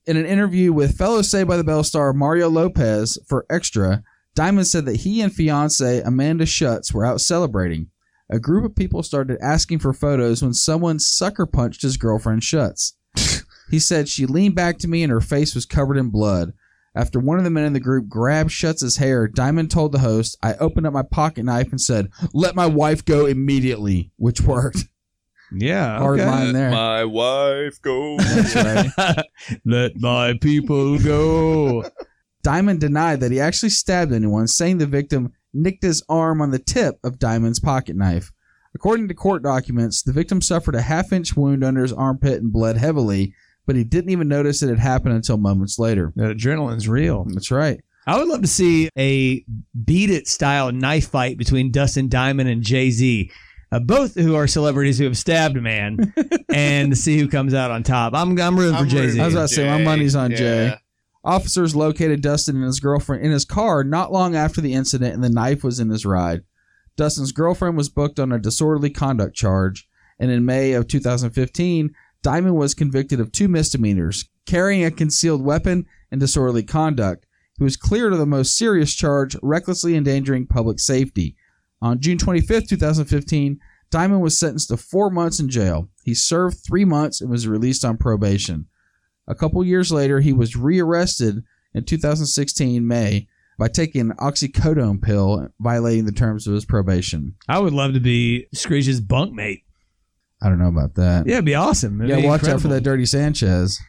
B: In an interview with fellow Say by the Bell star Mario Lopez for Extra, Diamond said that he and fiance Amanda Schutz were out celebrating. A group of people started asking for photos when someone sucker punched *laughs* his girlfriend Schutz. he said she leaned back to me and her face was covered in blood. After one of the men in the group grabbed Shutz's hair, Diamond told the host, I opened up my pocket knife and said, Let my wife go immediately, which worked.
A: Yeah.
B: Hard line there.
D: My
B: *laughs*
D: wife goes.
B: That's right.
A: *laughs* Let my people go.
B: *laughs* Diamond denied that he actually stabbed anyone, saying the victim nicked his arm on the tip of Diamond's pocket knife. According to court documents, the victim suffered a half inch wound under his armpit and bled heavily, but he didn't even notice it had happened until moments later.
A: That adrenaline's real.
B: That's right.
A: I would love to see a beat it style knife fight between Dustin Diamond and Jay Z, uh, both who are celebrities who have stabbed
B: *laughs*
A: a man, and to see who comes out on top. I'm I'm rooting for
D: I'm
A: Jay Z.
D: rooting-
B: I was about to say, my
D: Jay,
B: money's on
D: yeah.
B: Jay. Officers located Dustin and his girlfriend in his car not long after the incident, and the knife was in his ride. Dustin's girlfriend was booked on a disorderly conduct charge, and in May of 2015, Diamond was convicted of two misdemeanors carrying a concealed weapon and disorderly conduct. He was cleared of the most serious charge, recklessly endangering public safety. On June 25, 2015, Diamond was sentenced to four months in jail. He served three months and was released on probation. A couple years later, he was rearrested in 2016 May by taking an oxycodone pill, violating the terms of his probation.
A: I would love to be Screech's bunkmate.
B: I don't know about that.
A: Yeah, it'd be awesome. It'd
B: Yeah,
A: be
B: watch out for
A: incredible.
B: that dirty Sanchez.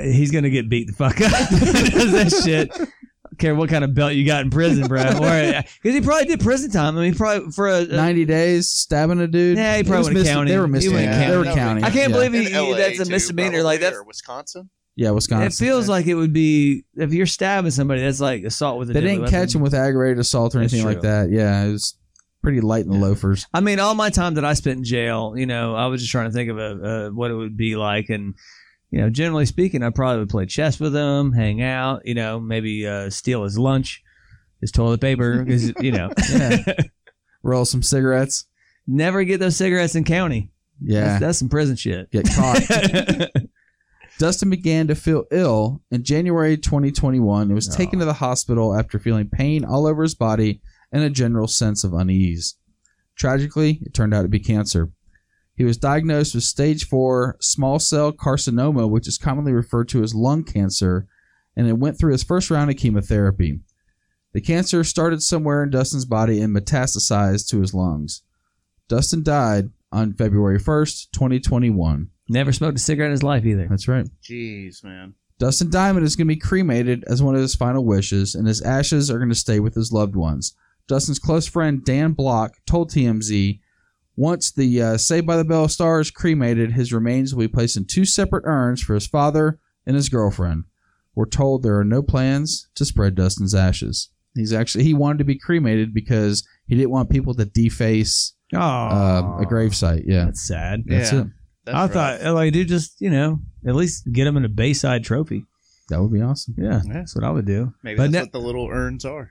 A: he's gonna get beat the fuck up. *laughs* does that shit. I don't care what kind of belt you got in prison, bro. Because he probably did prison time. I mean, probably for a. a
B: 90 days stabbing a dude.
A: Uh, Yeah, he
B: It
A: probably
B: was
A: wouldn't
B: mis-
A: count
B: They
A: it.
B: were
A: He
B: missing.
A: wouldn't
B: They
D: count
B: were
D: it.
B: counting. it.
A: I can't
B: yeah.
A: believe he,
D: In LA
A: that's a
D: too,
A: misdemeanor.
D: probably,
A: Like that's
D: or Wisconsin.
B: Yeah,
A: It
B: Wisconsin.
A: feels like it would be if you're stabbing somebody. That's like assault with a.
B: They
A: deadly
B: didn't
A: weapon.
B: catch him with aggravated assault or
A: That's
B: anything like
A: true.
B: that. Yeah, it was pretty light in the
A: *laughs*
B: loafers.
A: I mean, all my time that I spent in jail, you know, I was just trying to think of a, a, what it would be like, and you know, generally speaking, I probably would play chess with him, hang out, you know, maybe uh, steal his lunch, his toilet paper, because you know,
B: Yeah. Roll some cigarettes.
A: never get those cigarettes in county.
B: Yeah,
A: That's, that's some prison shit. *laughs*
B: get caught. Dustin began to feel ill in January 2021 and was
A: Aw.
B: taken to the hospital after feeling pain all over his body and a general sense of unease. Tragically, it turned out to be cancer. He was diagnosed with stage 4 small cell carcinoma, which is commonly referred to as lung cancer, and it went through his first round of chemotherapy. The cancer started somewhere in Dustin's body and metastasized to his lungs. Dustin died on February 1st, 2021.
A: never smoked a cigarette in his life either.
B: That's right.
D: Jeez, man.
B: Dustin Diamond is going to be cremated as one of his final wishes, and his ashes are going to stay with his loved ones. Dustin's close friend Dan Block told TMZ once the uh, Saved by the Bell star is cremated, his remains will be placed in two separate urns for his father and his girlfriend. We're told there are no plans to spread Dustin's ashes. He's actually he wanted to be cremated because he didn't want people to deface
A: Oh,
B: uh, a gravesite. Yeah,
A: That's sad.
B: that's
D: Yeah.
B: it.
D: That's
A: I
D: rough.
B: uh,
A: thought, like, dude, just you know, at least get him in a Bayside Trophy.
B: That would be awesome.
A: Yeah,
D: Yeah.
A: that's what I would do.
D: maybe
A: but
D: that's
A: ne-
D: what the little urns are.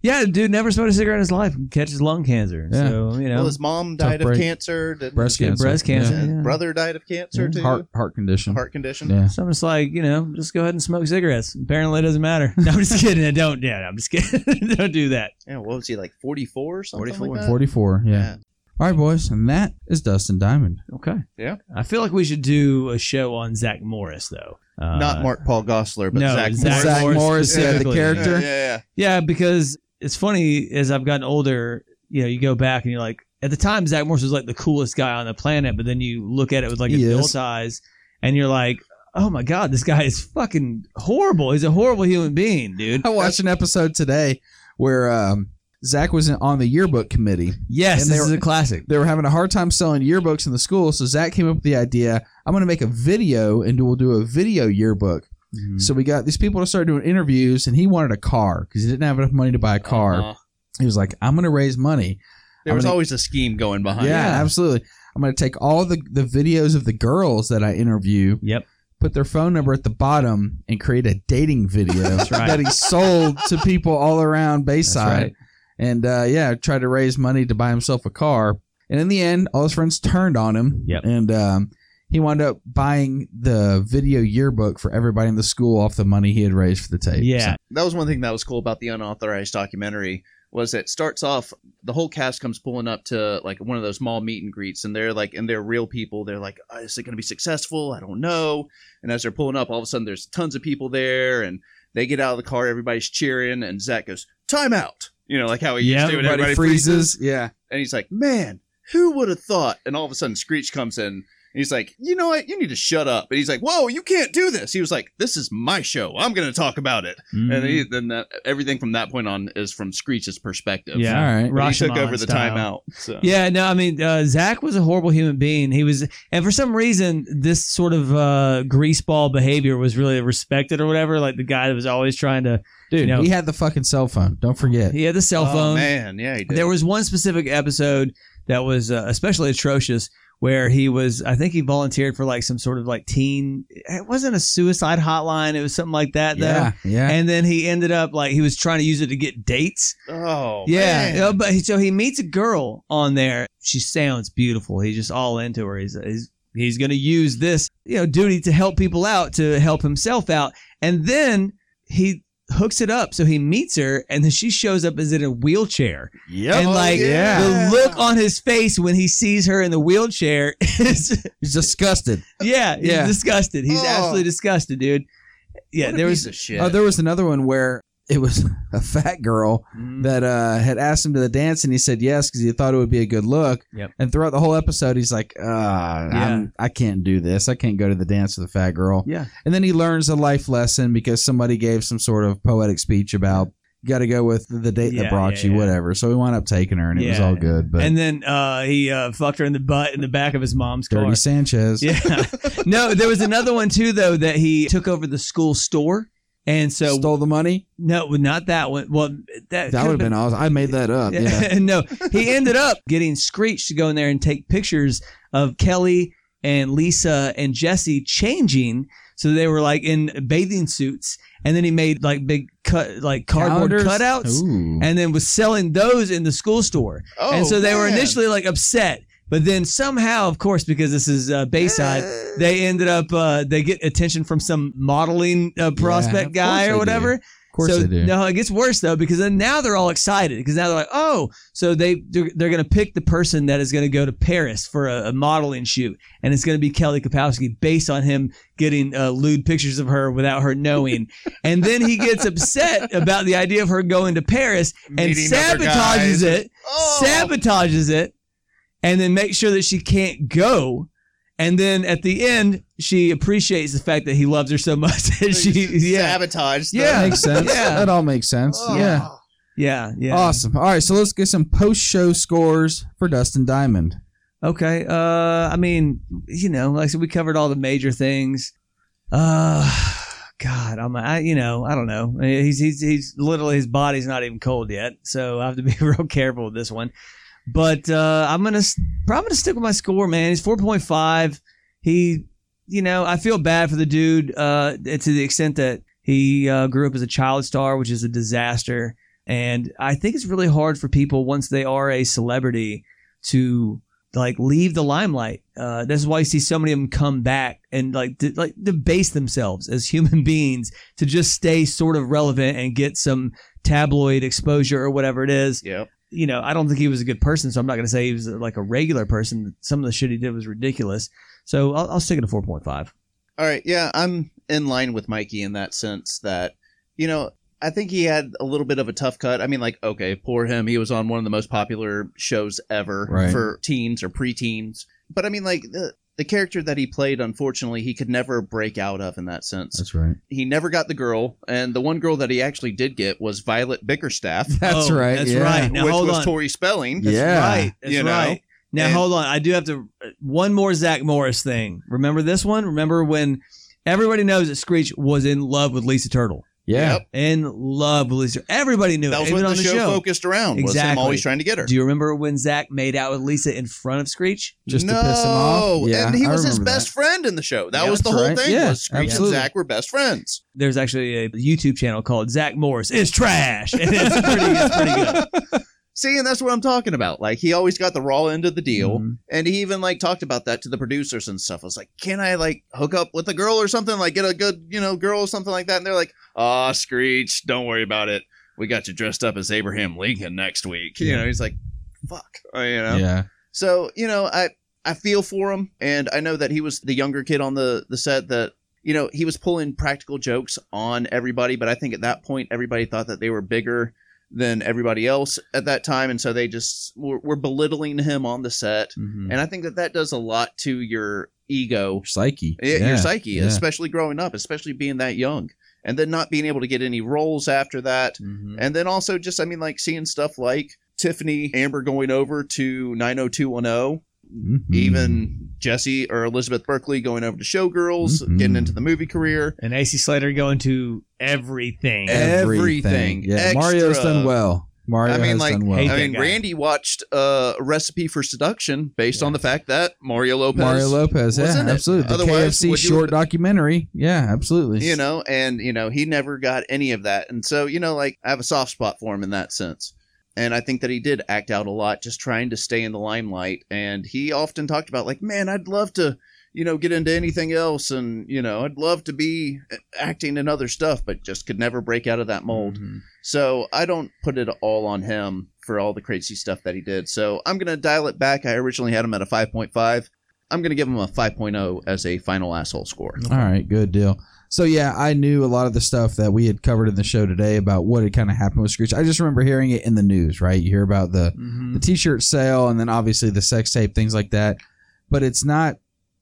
A: Yeah, dude, never smoked a cigarette in his life. Catches lung cancer.
B: Yeah.
A: So you know,
D: Well, his mom
B: Tough
D: died of
B: break.
D: cancer. Didn't
B: Breast
D: his
B: cancer.
A: breast cancer.
B: Yeah.
A: yeah.
D: Brother died of cancer too.
B: Heart heart condition.
D: Heart condition.
B: Yeah.
A: So I'm just like, you know, just go ahead and smoke cigarettes. Apparently, it doesn't matter. *laughs* No, I'm just kidding. I don't. Yeah, I'm just kidding. *laughs* don't do that.
D: Yeah, what was he like? Forty four or something
A: 44.
D: like that.
B: 44, yeah.
D: Yeah.
B: All right, boys, and that is Dustin Diamond.
A: Okay.
D: Yeah.
A: I feel like we should do a show on Zach Morris though. Uh,
D: Not Mark Paul Gossler, but
A: no,
D: Zach,
A: Zach
D: Morris.
B: Zach
A: Morris
B: Morris, yeah, the
A: specifically.
D: Yeah,
B: character.
D: yeah, yeah.
A: Yeah, because it's funny as I've gotten older, you know, you go back and you're like, at the time, Zach Morris was like the coolest guy on the planet, but then you look at it with like
B: He
A: adult
B: is.
A: eyes and you're like, oh my God, this guy is fucking horrible. He's a horrible human being,
B: *laughs*
A: dude.
B: I watched an episode today where um, Zach was in- on the yearbook committee.
A: Yes,
B: And they
A: this is
B: were-
A: a classic.
B: They were having a hard time selling yearbooks in the school, so Zach came up with the idea I'm going to make a video and we'll do a video yearbook.
D: Mm-hmm.
B: So we got these people to start doing interviews, and he wanted a car because he didn't have enough money to buy a car.
D: Uh-huh.
B: He was like, I'm going to raise money.
D: There
B: I'm
D: was
B: gonna-
D: always a scheme going behind.
B: yeah,
A: Yeah.
B: absolutely. I'm going to take all the, the videos of the girls that I interview
A: Yep.
B: put their phone number at the bottom and create a dating
A: *laughs*
B: video
A: right.
B: that he sold to people all around Bayside.
A: right.
B: And uh, yeah, tried to raise money to buy himself a car. And in the end, all his friends turned on him.
A: Yep.
B: And um, he wound up buying the video yearbook for everybody in the school off the money he had raised for the tape.
A: Yeah.
D: that was one thing that was cool about the unauthorized documentary was it starts off the whole cast comes pulling up to like one of those mall meet and greets and they're like and they're real people they're like "Uh, is it going to be successful i don't know and as they're pulling up all of a sudden there's tons of people there and They get out of the car, everybody's cheering, and Zach goes, "Time out!" You know, like how he
A: Yeah,
D: used to. and
B: Everybody, freezes. Yeah.
D: and he's like, "Man, who would have thought?" And all of a sudden, Screech comes in. And he's like, "You know what? You need to shut up." And he's like, "Whoa, you can't do this." He was like, "This is my show. I'm going to talk about it." And he,
A: Mm-hmm.
D: then that, everything from that point on is from Screech's perspective.
A: Yeah.
B: All right.
D: But he took
A: Rashomon
D: over the
A: style.
D: timeout. So.
A: Yeah, no, I mean, uh, Zach was a horrible human being. He was, and for some reason, this sort of uh, greaseball behavior was really respected or whatever. Like the guy that was always trying to,
B: Dude,
A: You know-
B: he had the fucking cell phone. Don't forget.
A: he had the cell
D: Oh,
A: phone.
D: man, yeah, he did.
A: There was one specific episode that was uh, especially atrocious where he was I think he volunteered for like some sort of like teen it wasn't a suicide hotline it was something like that though.
B: yeah. Yeah.
A: And then he ended up like he was trying to use it to get dates.
D: oh,
A: yeah,
D: man.
A: yeah, but he, so he meets a girl on there. She sounds beautiful. He's just all into her. He's he's, he's going to use this you know duty to help people out to help himself out, and then he hooks it up so he meets her, and then she shows up as in a wheelchair.
D: Yep. Oh,
A: and like
B: yeah.
A: the look on his face when he sees her in the wheelchair *laughs* is
B: He's disgusted.
A: yeah, he's
B: Yeah.
A: disgusted. He's
D: Oh.
A: absolutely disgusted, dude. Yeah,
D: What a
A: there
D: piece
A: was
D: of shit.
B: Oh, there was another one where it was *laughs* a fat girl
A: Mm-hmm. Mm.
B: that uh, had asked him to the dance, and he said yes because he thought it would be a good look.
A: Yep.
B: And throughout the whole episode, he's like, uh, I'm- I can't do this. I can't go to the dance with a fat girl.
A: Yeah.
B: And then he learns a life lesson because somebody gave some sort of poetic speech about you got to go with the date
A: Yeah,
B: that brought
A: yeah,
B: you,
A: yeah.
B: whatever. So he wound up taking her, and it was
A: Yeah.
B: all good. But
A: and then uh, he uh, fucked her in the butt in the back of his mom's
B: Dirty
A: car.
B: Sanchez. *laughs*
A: Yeah. no, there was another one too though that he took over the school store. And so
B: Stole the money.
A: no, not that one. Well, that,
B: That would have been awesome. I made that up. Yeah.
A: no, he ended up getting Screech to go in there and take pictures of Kelly and Lisa and Jesse changing. So they were like in bathing suits, and then he made like big cut like *laughs* cardboard
B: Calendars?
A: cutouts,
B: Ooh.
A: and then was selling those in the school store.
D: oh,
A: and so they were
D: man.
A: initially like upset, but then somehow, of course, because this is uh, Bayside, they ended up uh, they get attention from some modeling uh, prospect
B: of
A: guy
B: course
A: or
B: they
A: whatever,
B: do. of course
A: so
B: they do.
A: no, it gets worse though because then now they're all excited because now they're like, oh, so they they're, they're going to pick the person that is going to go to Paris for a, a modeling shoot, and it's going to be Kelly Kapowski based on him getting uh, lewd pictures of her without her knowing, and then he gets upset about the idea of her going to Paris and
D: Meeting other
A: sabotages
D: guys.
A: it,
D: Oh.
A: sabotages it, and then makes sure that she can't go. And then at the end, she appreciates the fact that he loves her so much *laughs* that she, yeah,
D: sabotaged. the-
B: Yeah, makes sense.
A: Yeah.
B: That all makes sense.
D: Oh.
B: Yeah.
A: yeah, yeah.
B: Awesome. All right, so let's get some post show scores for Dustin Diamond.
A: Okay. Uh, I mean, you know, like I said, we covered all the major things. Uh, *sighs* God, I'm, I, you know, I don't know. He's, he's, he's literally his body's not even cold yet, so I have to be *laughs* real careful with this one. But uh, I'm gonna, s- probably gonna stick with my score, man. He's 4.5. He, you know, I feel bad for the dude uh, to the extent that he uh, grew up as a child star, which is a disaster. And I think it's really hard for people once they are a celebrity to like leave the limelight. Uh, this is why you see so many of them come back and like de- like debase themselves as *laughs* human beings to just stay sort of relevant and get some tabloid exposure or whatever it is.
D: Yep.
A: You know, I don't think he was a good person, so I'm not going to say he was like a regular person. Some of the shit he did was ridiculous. So I'll, I'll stick it to 4.5.
D: All right. Yeah, I'm in line with Mikey in that sense that, you know, I think he had a little bit of a tough cut. I mean, like, okay, poor him. He was on one of the most popular shows ever
B: Right.
D: for teens or preteens. But I mean, like, the, the character that he played, unfortunately, he could never break out of in that sense.
B: That's right.
D: He never got the girl. And the one girl that he actually did get was Violet
A: *laughs*
D: Bickerstaff,
B: That's
A: Oh,
B: right.
A: That's
B: yeah.
A: right. Now
D: which
A: hold
D: was
A: on.
D: Tori Spelling.
B: That's Yeah.
A: Right. That's
D: You know?
A: right. Now
D: And-
A: hold on. I do have to one more Zach Morris thing. Remember this one? Remember when everybody knows that Screech was in love with Lisa Turtle.
B: Yeah.
D: Yep.
A: In love with Lisa. Everybody knew
D: That
A: it,
D: was
A: even
D: what
A: on
D: the, show,
A: show.
D: focused around. Was him
A: Exactly.
D: always trying to get her.
A: Do you remember when Zach made out with Lisa in front of Screech?
B: Just to piss him off.
D: No,
B: Yeah,
D: and he
B: I
D: was his
B: remember
D: best friend in the show. That
A: Yeah,
D: was the
B: that's
D: whole
B: right.
D: thing.
B: Yeah,
D: was Screech
B: absolutely.
D: and Zach were
B: *laughs*
D: best friends.
A: There's actually a YouTube channel called Zach Morris is trash. And it's pretty, it's pretty
D: *laughs*
A: good.
D: See, and that's what I'm talking about. Like he always got the raw end of the deal,
B: Mm-hmm.
A: Mhm.
D: and he even like talked about that to the producers and stuff. I was like, "Can I like hook up with a girl or something? Like get a good you know girl or something like that?" And they're like, "Ah, Screech, don't worry about it. We got you dressed up as Abraham Lincoln next week." You know, he's like, "Fuck," Oh, you know.
B: Yeah.
D: So you know, I I feel for him, and I know that he was the younger kid on the the set that you know, he was pulling practical jokes on everybody, but I think at that point everybody thought that they were bigger than everybody else at that time, and so they just were, were belittling him on the set.
B: Hmm.
G: Mhm.
D: And I think that that does a lot to your ego,
B: Psyche.
D: y-
B: Yeah.
D: your psyche,
B: yeah.
D: especially growing up, especially being that young, and then not being able to get any roles after that.
B: Mm-hmm.
G: Mhm.
D: Mm-hmm. And then also just, I mean, like seeing stuff like Tiffany Amber going over to 90210,
B: Mhm.
A: Mm-hmm.
D: even Jesse or Elizabeth Berkley going over to Showgirls,
A: Mm-hmm.
B: Mhm.
D: getting into the movie career.
A: And AC Slater going to everything.
D: And- everything
B: Yeah, Mario's
D: extra.
B: done well. Mario
D: I mean,
B: has
D: like,
B: done well.
A: Hate
D: I
A: that
D: mean,
A: guy.
D: Randy watched uh, Recipe for Seduction based on the fact that Mario Lopez,
B: Mario Lopez,
D: was
B: yeah,
D: in it.
B: absolutely. The
D: Otherwise,
B: KFC
D: would you-
B: short documentary, yeah, absolutely.
D: you know, and, you know, he never got any of that. And so, you know, like, I have a soft spot for him in that sense. And I think that he did act out a lot, just trying to stay in the limelight. And he often talked about, like, man, I'd love to, you know, get into anything else. And, you know, I'd love to be eh, acting in other stuff, but just could never break out of that mold.
G: Mhm.
B: Mm-hmm.
D: So I don't put it all on him for all the crazy stuff that he did. So I'm going to dial it back. I originally had him at a 5.5. I'm going to give him a 5.0 as a final asshole score.
B: All right, good deal. So yeah, I knew a lot of the stuff that we had covered in the show today about what had kind of happened with Screech. I just remember hearing it in the news, right? You hear about the
A: Mm-hmm.
B: the t-shirt sale and then obviously the sex tape things like that. But it's not,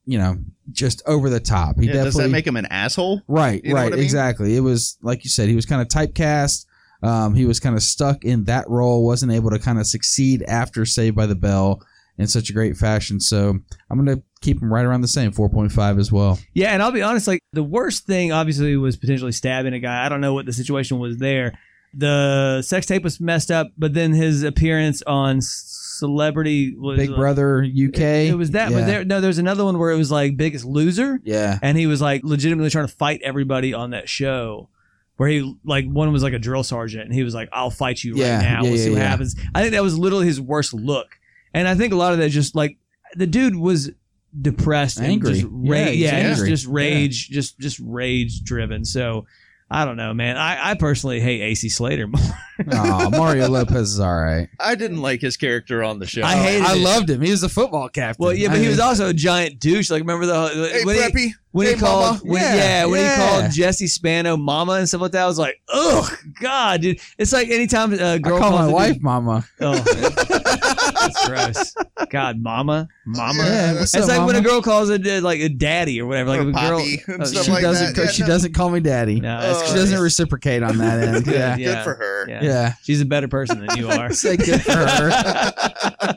B: you know, just over the top. He
D: Yeah,
B: definitely
D: does that make him an asshole?
B: Right,
D: You know
B: right,
D: what I mean?
B: exactly. It was like you said, he was kind of typecast. Um, he was kind of stuck in that role, wasn't able to kind of succeed after Saved by the Bell in such a great fashion. So I'm going to keep him right around the same, 4.5 as well.
A: Yeah, and I'll be honest, like the worst thing obviously was potentially stabbing a guy. I don't know what the situation was there. The sex tape was messed up, but then his appearance on Celebrity was
B: Big Brother UK.
A: uh, It, was that,
B: yeah.
A: but there no, there's another one where it was like Biggest Loser,
B: Yeah.
A: and he was like legitimately trying to fight everybody on that show. Where he like one was like a drill sergeant, and he was like, "I'll fight you
B: Yeah,
A: right now.
B: yeah,
A: we'll
B: yeah,
A: see what
B: yeah.
A: happens." I think that was literally his worst look, and I think a lot of that just like the dude was depressed,
B: Angry.
A: and just ra-
B: Yeah,
A: yeah,
B: he's
A: just-
B: angry.
A: just rage, just just rage driven. So I don't know, man. I, I personally hate AC Slater. *laughs* more.
B: Aw, Mario Lopez is all right.
G: I didn't like his character on the show.
A: Oh, I hated
B: I
D: Oh,
A: it.
B: loved him. He was a football captain.
A: well, yeah, but
B: I
A: he was
B: mean,
A: also a giant douche. Like remember the
D: Hey,
A: when he-
D: Preppy.
A: when
D: Hey,
A: he called,
D: mama.
A: when,
B: Yeah,
A: yeah, when
B: yeah.
A: he called Jesse Spano mama and stuff like that, I was like, ugh, God, dude. It's like anytime a girl
B: I call
A: calls
B: my
A: a
B: wife
A: dude-
B: Mama. *laughs*
A: oh, that's gross. God, mama, mama.
B: Yeah, what's
A: It's
B: up,
A: like when a
B: mama?
A: girl calls a d- like a daddy or whatever, like
D: Or
A: if a girl.
D: poppy and
A: oh,
D: stuff
B: she
D: like
B: doesn't.
D: that. Yeah,
B: she
D: no.
B: doesn't call me daddy.
A: No, that's
D: Oh,
B: she
A: gross.
B: doesn't reciprocate on that end.
A: Good,
B: yeah.
D: Good
A: yeah.
D: for her.
A: Yeah.
B: yeah.
A: she's a better person *laughs* than you are.
B: Say good for her.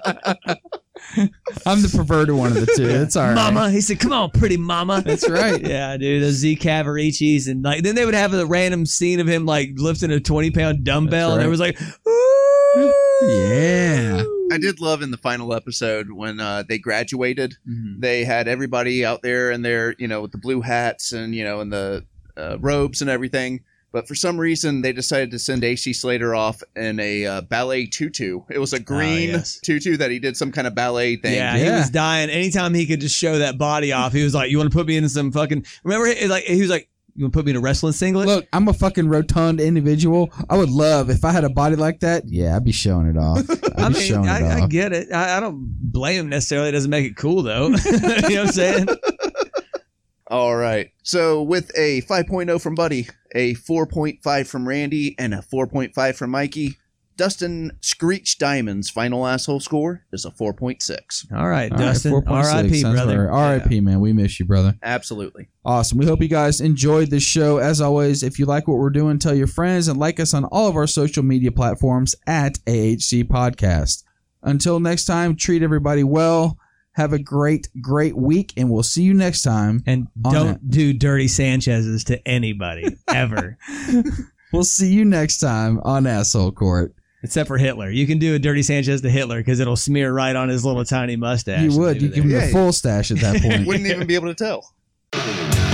B: I'm the perverted one of the two. It's all right.
A: Mama, he said, "Come on, pretty mama."
B: That's right.
A: *laughs* Yeah, dude, those Z Cavaricis and like then they would have a random scene of him like lifting a twenty pound dumbbell and
B: right.
A: it was like, "Ooh."
B: Yeah.
D: I did love in the final episode when uh, they graduated. They had everybody out there in their, you know, with the blue hats and, you know, and the uh, robes and everything. But for some reason, they decided to send AC Slater off in a uh, ballet tutu. It was a green
A: Ah, yes.
D: tutu that he did some kind of ballet thing.
A: Yeah,
B: Yeah.
A: he was dying. Anytime he could just show that body off, he was like, "You want to put me in some fucking?" Remember, he, like he was like, "You want to put me in a wrestling singlet?"
B: Look, I'm a fucking rotund individual. I would love if I had a body like that. Yeah, I'd be showing it off. I'd be
A: *laughs* I mean,
B: showing it
A: I, I
B: off.
A: get it. I, I don't blame him necessarily. It doesn't make it cool though. *laughs* you know what I'm saying?
D: All right. So with a 5.0 from Buddy, a 4.5 from Randy, and a 4.5 from Mikey, Dustin Screech Diamond's final asshole score is a 4.6.
A: All right,
B: All right,
A: Dustin.
B: 4.6,
A: R.I.P.
B: sounds
A: Brother.
B: right. R.I.P. Man, we miss you, brother.
D: Absolutely.
B: Awesome. We hope you guys enjoyed this show. As always, if you like what we're doing, tell your friends and like us on all of our social media platforms at AHC Podcast. Until next time, treat everybody well. Have a great, great week, and we'll see you next time.
A: And
B: On
A: don't
B: that.
A: do dirty Sanchez's
B: *laughs*
A: to anybody ever,
B: We'll see you next time on Asshole Court.
A: except for Hitler. You can do a dirty Sanchez to Hitler because it'll smear right on his little tiny mustache.
B: you would. You
A: Leave it
B: give him
D: there.
B: the full stash at that point.
D: Wouldn't even be able to tell.